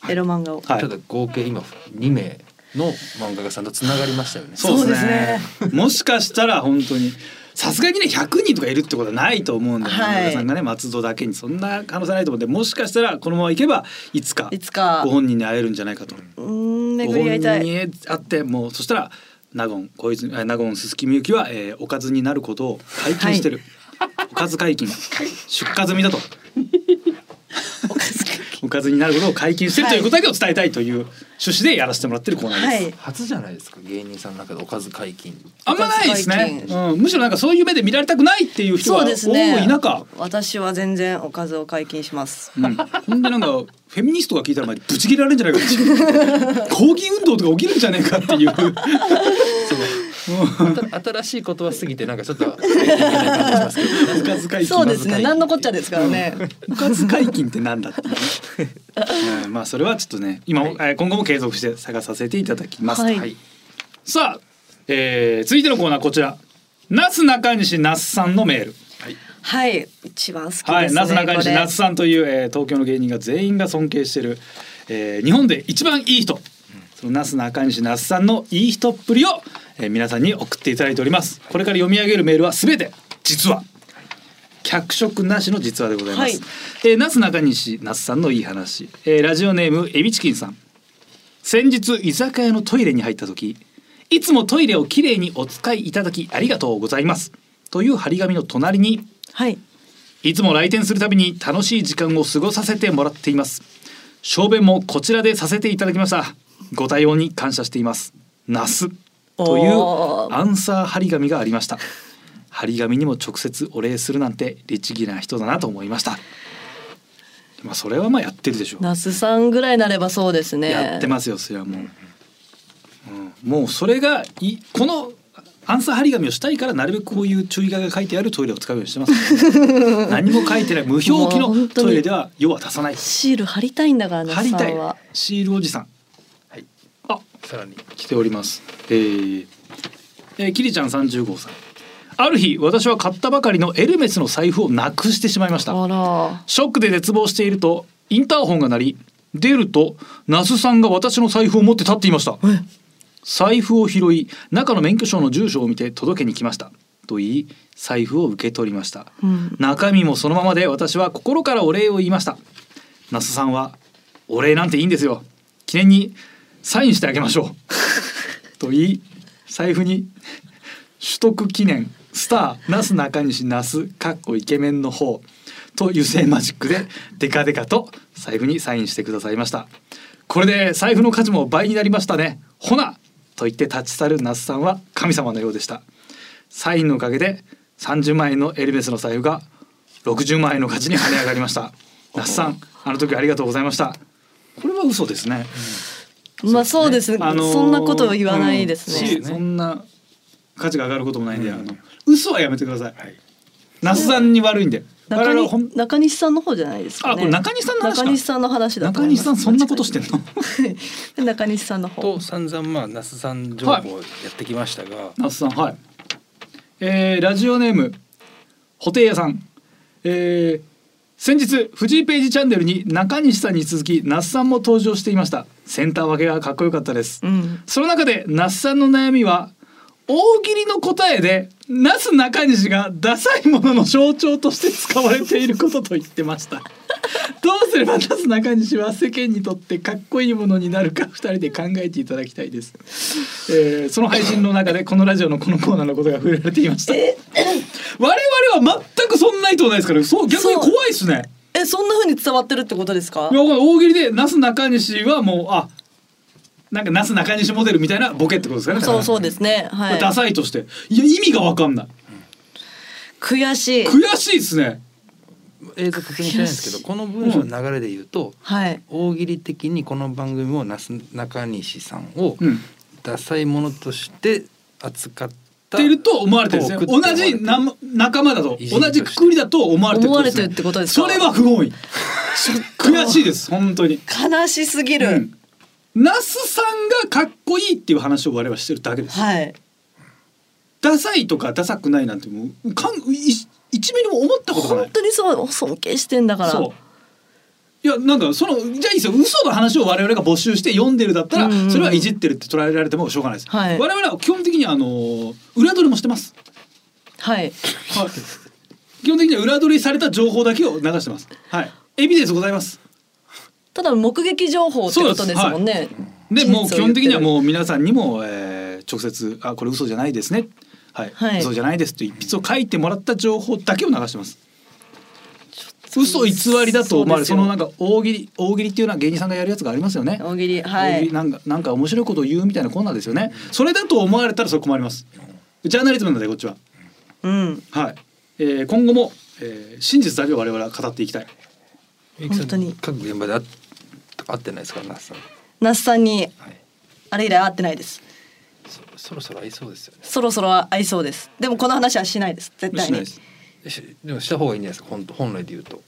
Speaker 3: エロ漫画を、
Speaker 2: はい
Speaker 4: ただ合計今2名の漫画家さんとつながりましたよね
Speaker 2: そうですね
Speaker 3: そ
Speaker 2: もしかしたら本当にさすがにね100人とかいるってことはないと思うんで、
Speaker 3: はい
Speaker 2: 皆さんがね松戸だけにそんな可能性ないと思うんでもしかしたらこのままいけばいつか
Speaker 3: いつか
Speaker 2: ご本人に会えるんじゃないかと。
Speaker 3: うーん
Speaker 2: ご
Speaker 3: 巡り合
Speaker 2: 本
Speaker 3: い
Speaker 2: 人
Speaker 3: た
Speaker 2: に
Speaker 3: い
Speaker 2: 会ってもうそしたら納言小泉あ納言鈴木みゆきは、えーおかずになることを解禁してる、おかず解禁出荷済みだと
Speaker 3: おかずか
Speaker 2: おかずになることを解禁してるということだけを伝えたいという趣旨でやらせてもらってるコーナーです。 <laughs>
Speaker 3: はい
Speaker 4: <laughs> 初じゃないですか芸人さんの中でおかず解禁
Speaker 2: あんまないですね
Speaker 3: おかず、
Speaker 2: うん、むしろなんかそういう目で見られたくないっていう人
Speaker 3: そ
Speaker 2: が
Speaker 3: う
Speaker 2: 多
Speaker 3: で
Speaker 2: い
Speaker 3: すね
Speaker 2: 中
Speaker 3: 私は全然おかずを解禁します
Speaker 2: うん、ほんでなんかフェミニストが聞いたら前にブチ切れられるんじゃない
Speaker 3: <laughs>
Speaker 2: かって抗議運動とか起きるんじゃないかっていう
Speaker 4: そのあた <laughs> 新しい <laughs> ことは過ぎてなんかちょっといけない感じしますけど
Speaker 2: おかず解禁
Speaker 3: そうですね
Speaker 4: まず解禁
Speaker 3: 何のこっちゃですから <laughs> ね、
Speaker 2: おかず解禁ってなんだっていうね、うんまあそれはちょっとね今も、えー今後も継続して探させていただきます、
Speaker 3: はい
Speaker 4: はい
Speaker 2: さあ、えー続いてのコーナーこちらなすなかにし那須さんのメール
Speaker 3: はい一番好きですね、
Speaker 2: はい、なすなかに
Speaker 3: こ
Speaker 2: し
Speaker 3: れ
Speaker 2: 那須さんという、えー東京の芸人が全員が尊敬してる、えー日本で一番いい人、そのなすなかにし那須さんのいい人っぷりを、えー皆さんに送っていただいておりますこれから読み上げるメールはすべて実は脚色なしの実話でございます、
Speaker 3: はい
Speaker 2: えーなすなかにし那須さんのいい話、えーラジオネームエビチキンさん先日居酒屋のトイレに入った時いつもトイレをきれいにお使いいただきありがとうございますという張り紙の隣に
Speaker 3: はい
Speaker 2: いつも来店するたびに楽しい時間を過ごさせてもらっています。小便もこちらでさせていただきました。ご対応に感謝しています。ナスとい
Speaker 3: お
Speaker 2: う
Speaker 3: ー
Speaker 2: アンサー張り紙がありました。張り紙にも直接お礼するなんて律儀な人だなと思いました。まあそれはまあやってるでしょう。
Speaker 3: 那須さんぐらいなればそうですね。
Speaker 2: やってますよそれはもう、うん、もうそれがいこのアンサー張り紙をしたいからなるべくこういう注意書きが書いてあるトイレを使うようにしてます、何も書いてない無表記
Speaker 3: もう
Speaker 2: の
Speaker 3: 本当に
Speaker 2: トイレでは用は足さない
Speaker 3: シール貼りたいんだから那
Speaker 2: 貼
Speaker 3: 須
Speaker 2: り
Speaker 3: さ
Speaker 2: た
Speaker 3: ん
Speaker 2: い
Speaker 3: は。
Speaker 2: シールおじさん
Speaker 4: はい
Speaker 2: あ
Speaker 4: さらに
Speaker 2: 来ておりますえーえーキリちゃん30号さんある日私は買ったばかりのエルメスの財布をなくしてしまいました
Speaker 3: あら。
Speaker 2: ショックで絶望しているとインターホンが鳴り出ると那須さんが私の財布を持って立っていました財布を拾い中の免許証の住所を見て届けに来ましたと言い財布を受け取りました
Speaker 3: うん。
Speaker 2: 中身もそのままで私は心からお礼を言いました那須さんは「お礼なんていいんですよ記念にサインしてあげましょ
Speaker 3: <laughs>
Speaker 2: う」と言い財布に「取得記念スター那須中西那須かっこイケメンの方」と油性マジックでデカデカと財布にサインしてくださいましたこれで財布の価値も倍になりましたねほなと言って立ち去る那須さんは神様のようでしたサインのおかげで30万円のエルメスの財布が60万円の価値に跳ね上がりました。那須さん、あの時ありがとうございました。これは嘘ですね。
Speaker 3: まあそうですね。
Speaker 2: あのー
Speaker 3: そんなことを言わないです
Speaker 2: うんし
Speaker 3: ね。
Speaker 2: そんな価値が上がることもないんで、
Speaker 4: うん
Speaker 2: あの嘘はやめてください。
Speaker 4: はい
Speaker 2: 那須さんに悪いんで。我
Speaker 3: 中
Speaker 2: 々はほん
Speaker 3: に中西さんの方じゃないですかね。
Speaker 2: あこれ中西さんの話か
Speaker 3: 中西さんの話だと
Speaker 2: 中
Speaker 3: 思いま
Speaker 2: 西
Speaker 3: す。
Speaker 2: さんそんなことしてんの？
Speaker 3: て。 <laughs> 中西さんの方。
Speaker 4: と散々まあ那須さん情報をやってきましたが、
Speaker 2: 那須さんはい、えーラジオネーム布袋屋さん、えー先日藤井ページチャンネルに中西さんに続き那須さんも登場していましたセンター分けがかっこよかったです、
Speaker 3: うん。
Speaker 2: その中で那須さんの悩みは大喜利の答えで那須中西がダサいものの象徴として使われていることと言ってましたどうすれば那須中西は世間にとってかっこいいものになるか2人で考えていただきたいです、えーその配信の中でこのラジオのこのコーナーのことが触れられていました我々は全くそんな意図ないですからそう逆に怖いですね
Speaker 3: えそんな風に伝わってるってことですか
Speaker 2: いや。わかんない大喜利でなすなかにしはもうあなんかなすなかにしモデルみたいなボケってことですかね
Speaker 3: そうそうですね。はい。
Speaker 2: ダサいとしていや意味がわかんない
Speaker 3: 悔しい。
Speaker 2: 悔しいですね
Speaker 4: 映像確認してないんですけどこの文章の流れで言うと、
Speaker 3: はい。
Speaker 4: 大喜利的にこの番組もなす中西さんを
Speaker 2: うん
Speaker 4: ダサいものとして扱った、
Speaker 2: っていると思われてるんですね
Speaker 4: トーク
Speaker 2: 同
Speaker 4: って思われて
Speaker 2: じ
Speaker 4: る
Speaker 2: な仲間だと
Speaker 4: いじりと
Speaker 2: 同
Speaker 4: して
Speaker 2: じくくりだと思われてる
Speaker 3: 思われてるってことですか
Speaker 2: それは不本意悔しいです本当に
Speaker 3: 悲しすぎる。
Speaker 2: うん那須さんがかっこいいっていう話を我々はしてるだけです
Speaker 3: はい。
Speaker 2: ダサいとかダサくないなんてもうかんい一ミリも思ったことがな
Speaker 3: 本
Speaker 2: い
Speaker 3: 当にそう尊敬してんだから。
Speaker 2: そういやなんかそのじゃあいいですよ嘘の話を我々が募集して読んでるだったら、
Speaker 3: うんうんうん
Speaker 2: それはいじってるって捉えられてもしょうがないです、
Speaker 3: はい
Speaker 2: 我々は基本的にあのー裏取りもして
Speaker 3: <laughs>
Speaker 2: ます、
Speaker 3: はい。
Speaker 2: はい、基本的には裏取りされた情報だけを流してますはいエビデンスございます
Speaker 3: ただ目撃情報ってことですもんね。
Speaker 2: でもう基本的には
Speaker 3: う
Speaker 2: もう皆さんにも、えー直接あこれ嘘じゃないですねはい、
Speaker 3: はい
Speaker 2: 嘘じゃないですという一筆を書いてもらった情報だけを流してます嘘偽りだと思われる
Speaker 3: そ
Speaker 2: そうの
Speaker 3: ですよ
Speaker 2: なんか大喜利大喜利っていうのは芸人さんがやるやつがありますよね
Speaker 3: 大喜利は
Speaker 2: 大喜
Speaker 3: い
Speaker 2: 利。なんかなんか面白いことを言うみたいなコーナーですよね。それだと思われたらそれ困ります。ジャーナリズムなんでこっちは。
Speaker 3: うん。
Speaker 2: はい。えー今後も、えー真実だけを我々は語っていきたい。
Speaker 4: ゆきさん
Speaker 3: 本当に
Speaker 4: 各現場であっ会ってないですから那須さん、
Speaker 3: 那須さんに
Speaker 4: はい、
Speaker 3: あれ以来会ってないです。
Speaker 4: そそろそろ合いそうですよね
Speaker 3: そろそろ会いそうです。でもこの話はしないです。絶対
Speaker 2: しない
Speaker 3: に
Speaker 2: で。す。
Speaker 4: えしでもした方がいいんじゃないですか本本来で言うと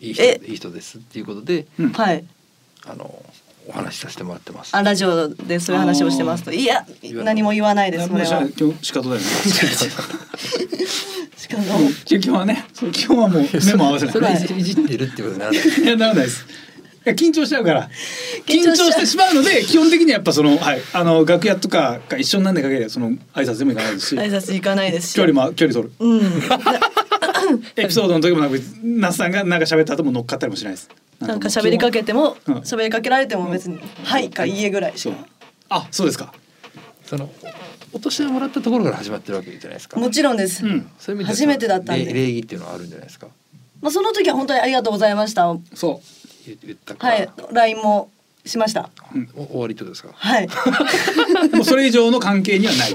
Speaker 4: いい人
Speaker 3: え
Speaker 4: いい人ですっていうことで
Speaker 2: うん。
Speaker 3: はい。
Speaker 4: あのお話しさせてもらってます
Speaker 3: あラジオでそういう話をしてますと、いや
Speaker 4: 言わない
Speaker 3: 何も言わないです。そ
Speaker 2: もう
Speaker 3: れ
Speaker 2: じゃあ
Speaker 3: は。
Speaker 2: 今日仕
Speaker 3: <laughs>
Speaker 2: 方だよね。
Speaker 3: しかも
Speaker 2: 基本はね、そう基本は
Speaker 3: <laughs>
Speaker 2: もう目も合わせない。
Speaker 4: それはい
Speaker 2: い
Speaker 4: じいじってるってことになる
Speaker 2: やならないです。いや緊張しちゃうから緊
Speaker 3: 緊張
Speaker 2: 張
Speaker 3: しちゃう
Speaker 2: してしまうので基本的にはやっぱその、はい、あの楽屋とかが一緒になんでかけりゃその挨拶でもいかないですし
Speaker 3: 挨拶行かないですし。
Speaker 2: 距離も距離取る
Speaker 3: うん。
Speaker 2: <laughs> エピソードの時もなんか那須さんがなんか喋った後も乗っかったりもしないです。
Speaker 3: なんか喋りかけても
Speaker 2: うん
Speaker 3: 喋りかけられても別にはいかいいえぐらいし
Speaker 2: そう
Speaker 3: か。。
Speaker 2: あそうですか。
Speaker 4: そのお年をもらったところから始まってるわけじゃないですか
Speaker 3: もちろんです。
Speaker 2: うん
Speaker 4: そういう意味では
Speaker 3: 初めてだったんで
Speaker 4: 礼礼儀っていうのはあるんじゃないですか
Speaker 3: まあその時は本当にありがとうございました。
Speaker 2: そ
Speaker 4: 言言ったか
Speaker 3: は
Speaker 4: ら、
Speaker 3: い、LINE もしました。
Speaker 4: お終わりってことですか
Speaker 2: <laughs>
Speaker 3: はい。
Speaker 2: もうそれ以上の関係には
Speaker 3: <laughs>
Speaker 2: ない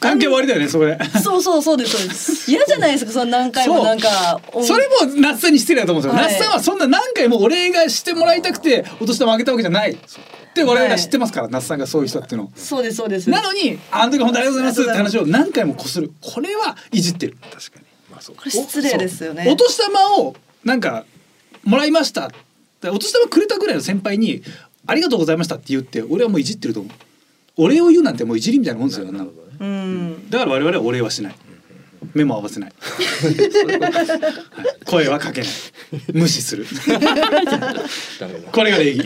Speaker 2: 関係終わりだよねそれ
Speaker 3: そうそうそうですそうです。嫌じゃないですかその何回
Speaker 2: そ
Speaker 3: も
Speaker 2: う
Speaker 3: なんか。お
Speaker 2: それも那須さんに失礼だと思うんですよ、
Speaker 3: はい
Speaker 2: 那須さんはそんな何回もお礼がしてもらいたくてお年玉あげたわけじゃないって我々は知ってますから、那須さんがそういう人だっていうのを
Speaker 3: そうですそうです。
Speaker 2: なのに「あの時本当ありがとうございます」って話を何回もこするこれはいじってる
Speaker 4: 確かにまあそう
Speaker 3: これ失礼ですよね
Speaker 2: おそうお年玉をなんかもらいましたでお年玉くれたぐらいの先輩に「ありがとうございました」って言って俺はもういじってると思うお礼を言うなんてもういじりみたいなもんですよな
Speaker 3: うん。
Speaker 2: だから我々はお礼はしない目も合わせない、はい声はかけない無視する <laughs>
Speaker 4: なるほど
Speaker 2: これが礼
Speaker 3: <laughs>
Speaker 2: 儀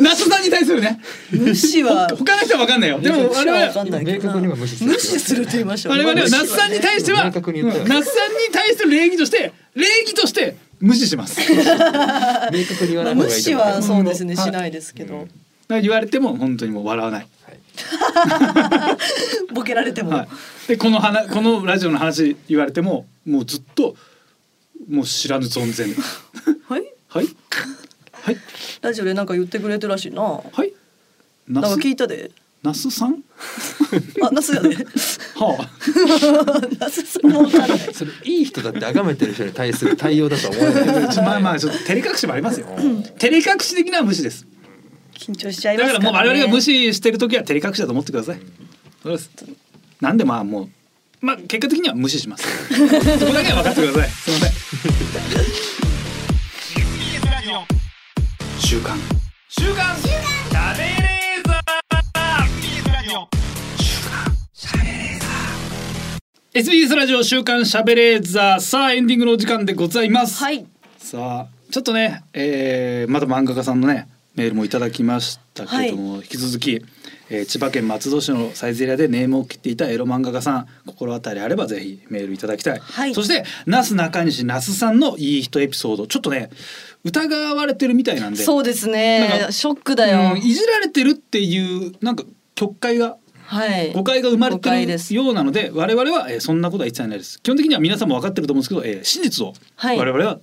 Speaker 2: 那須さんに対するね
Speaker 3: 無視は
Speaker 2: 他の人は分かんないよでも
Speaker 3: 無視は
Speaker 2: 我
Speaker 3: わ
Speaker 2: 々
Speaker 3: かんないけど
Speaker 4: 明確に
Speaker 3: な。
Speaker 4: は無視する
Speaker 3: 無視すると言いましたよ。
Speaker 2: 我々は那
Speaker 3: 無視
Speaker 2: 須さんに対しては、
Speaker 4: 明確に言ったよ
Speaker 2: 那須さんに対する礼儀として礼儀として無視します
Speaker 4: 明確に言わ
Speaker 3: ま
Speaker 4: な
Speaker 3: あ
Speaker 4: い方がい
Speaker 3: 無
Speaker 4: い
Speaker 3: 視
Speaker 4: と思う
Speaker 3: はそうですね
Speaker 2: はい
Speaker 3: しないですけど。
Speaker 2: 言われても本当にもう笑わない、
Speaker 4: はい
Speaker 3: ボケられても。
Speaker 2: はい、でこの話このラジオの話言われてももうずっともう知らぬ存然
Speaker 3: はい。
Speaker 2: はいはい
Speaker 3: ラジオでなんか言ってくれてるらしいな。
Speaker 2: はい那
Speaker 3: なんか聞
Speaker 2: 須
Speaker 3: いたで。
Speaker 2: 那須さん
Speaker 3: あ、
Speaker 2: <laughs>
Speaker 3: ナスやで。
Speaker 2: は
Speaker 3: ナスそれもわかんない。
Speaker 4: それいい人だって崇めてる人に対する対応だとは思わない
Speaker 2: あまあ <laughs> まあちょっと照れ隠しもありますよ照れ隠し的な無視です
Speaker 3: 緊張しちゃい
Speaker 2: だ
Speaker 3: ま
Speaker 2: か
Speaker 3: す
Speaker 2: ら
Speaker 3: から、
Speaker 2: もう
Speaker 3: ね。
Speaker 2: 我々が無。視してる時は照れ隠しだと思ってください。そうです。なんでまあもうまあ結果的には無視します。そこだけは分かってください。すみません。週刊週刊週刊べレーザー SBS ラジオ週刊しゃべレーザーさあエンディングのお時間でございます。
Speaker 3: はい。
Speaker 2: さあちょっとね、えーまだ漫画家さんのねメールもいただきましたけれども、引き続き、えー千葉県松戸市のサイゼリアでネームを切っていたエロ漫画家さん心当たりあればぜひメールいただきたい、
Speaker 3: はい
Speaker 2: そして那須中西那須さんのいい人エピソードちょっとね疑われてるみたいなんで
Speaker 3: そうです
Speaker 2: なん
Speaker 3: ね
Speaker 2: か。
Speaker 3: ショックだよ。
Speaker 2: うんいじられてるっていうなんか曲解が
Speaker 3: はい。
Speaker 2: 誤解が生まれ
Speaker 3: 誤解
Speaker 2: て
Speaker 3: で
Speaker 2: る
Speaker 3: す
Speaker 2: ようなので我々は、えーそんなことは一切ないです基本的には皆さんも分かってると思うんですけど、えー真実を
Speaker 3: は
Speaker 2: 我
Speaker 3: い
Speaker 2: 々は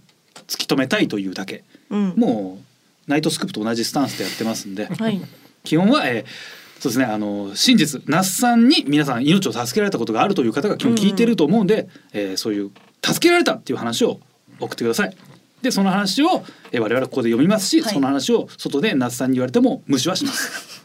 Speaker 2: 突き止めたいというだけ、
Speaker 3: うん。
Speaker 2: もうナイトスクープと同じスタンスでやってますんで、
Speaker 3: はい。
Speaker 2: 基本は、えーそうですねあの真実那須さんに皆さん命を助けられたことがあるという方が基本聞いてると思うんで、えーそういう助けられたっていう話を送ってください。でその話を、えー我々はここで読みますし、
Speaker 3: はい
Speaker 2: その話を外で那須さんに言われても無視はし
Speaker 3: <laughs>
Speaker 2: ます。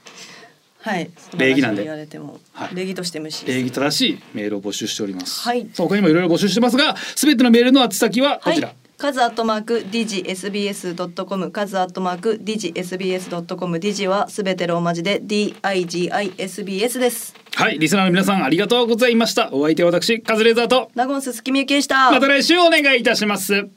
Speaker 3: はい。
Speaker 2: 礼儀なんで
Speaker 3: 言われても、
Speaker 2: はい
Speaker 3: 礼儀として無視です。
Speaker 2: 礼儀正しいメールを募集しております。
Speaker 3: はい
Speaker 2: そう他にもいろいろ募集してますが、すべてのメールの宛先はこ
Speaker 3: は
Speaker 2: ちら。
Speaker 3: い。カズアットマーク digsbs.com カズアットマーク digsbs.com dig はすべてローマ字で digisbs です
Speaker 2: はい、リスナーの皆さんありがとうございました。お相手は私カズレーザーと
Speaker 3: ナゴンススキミユキでした
Speaker 2: また来週お願いいたします。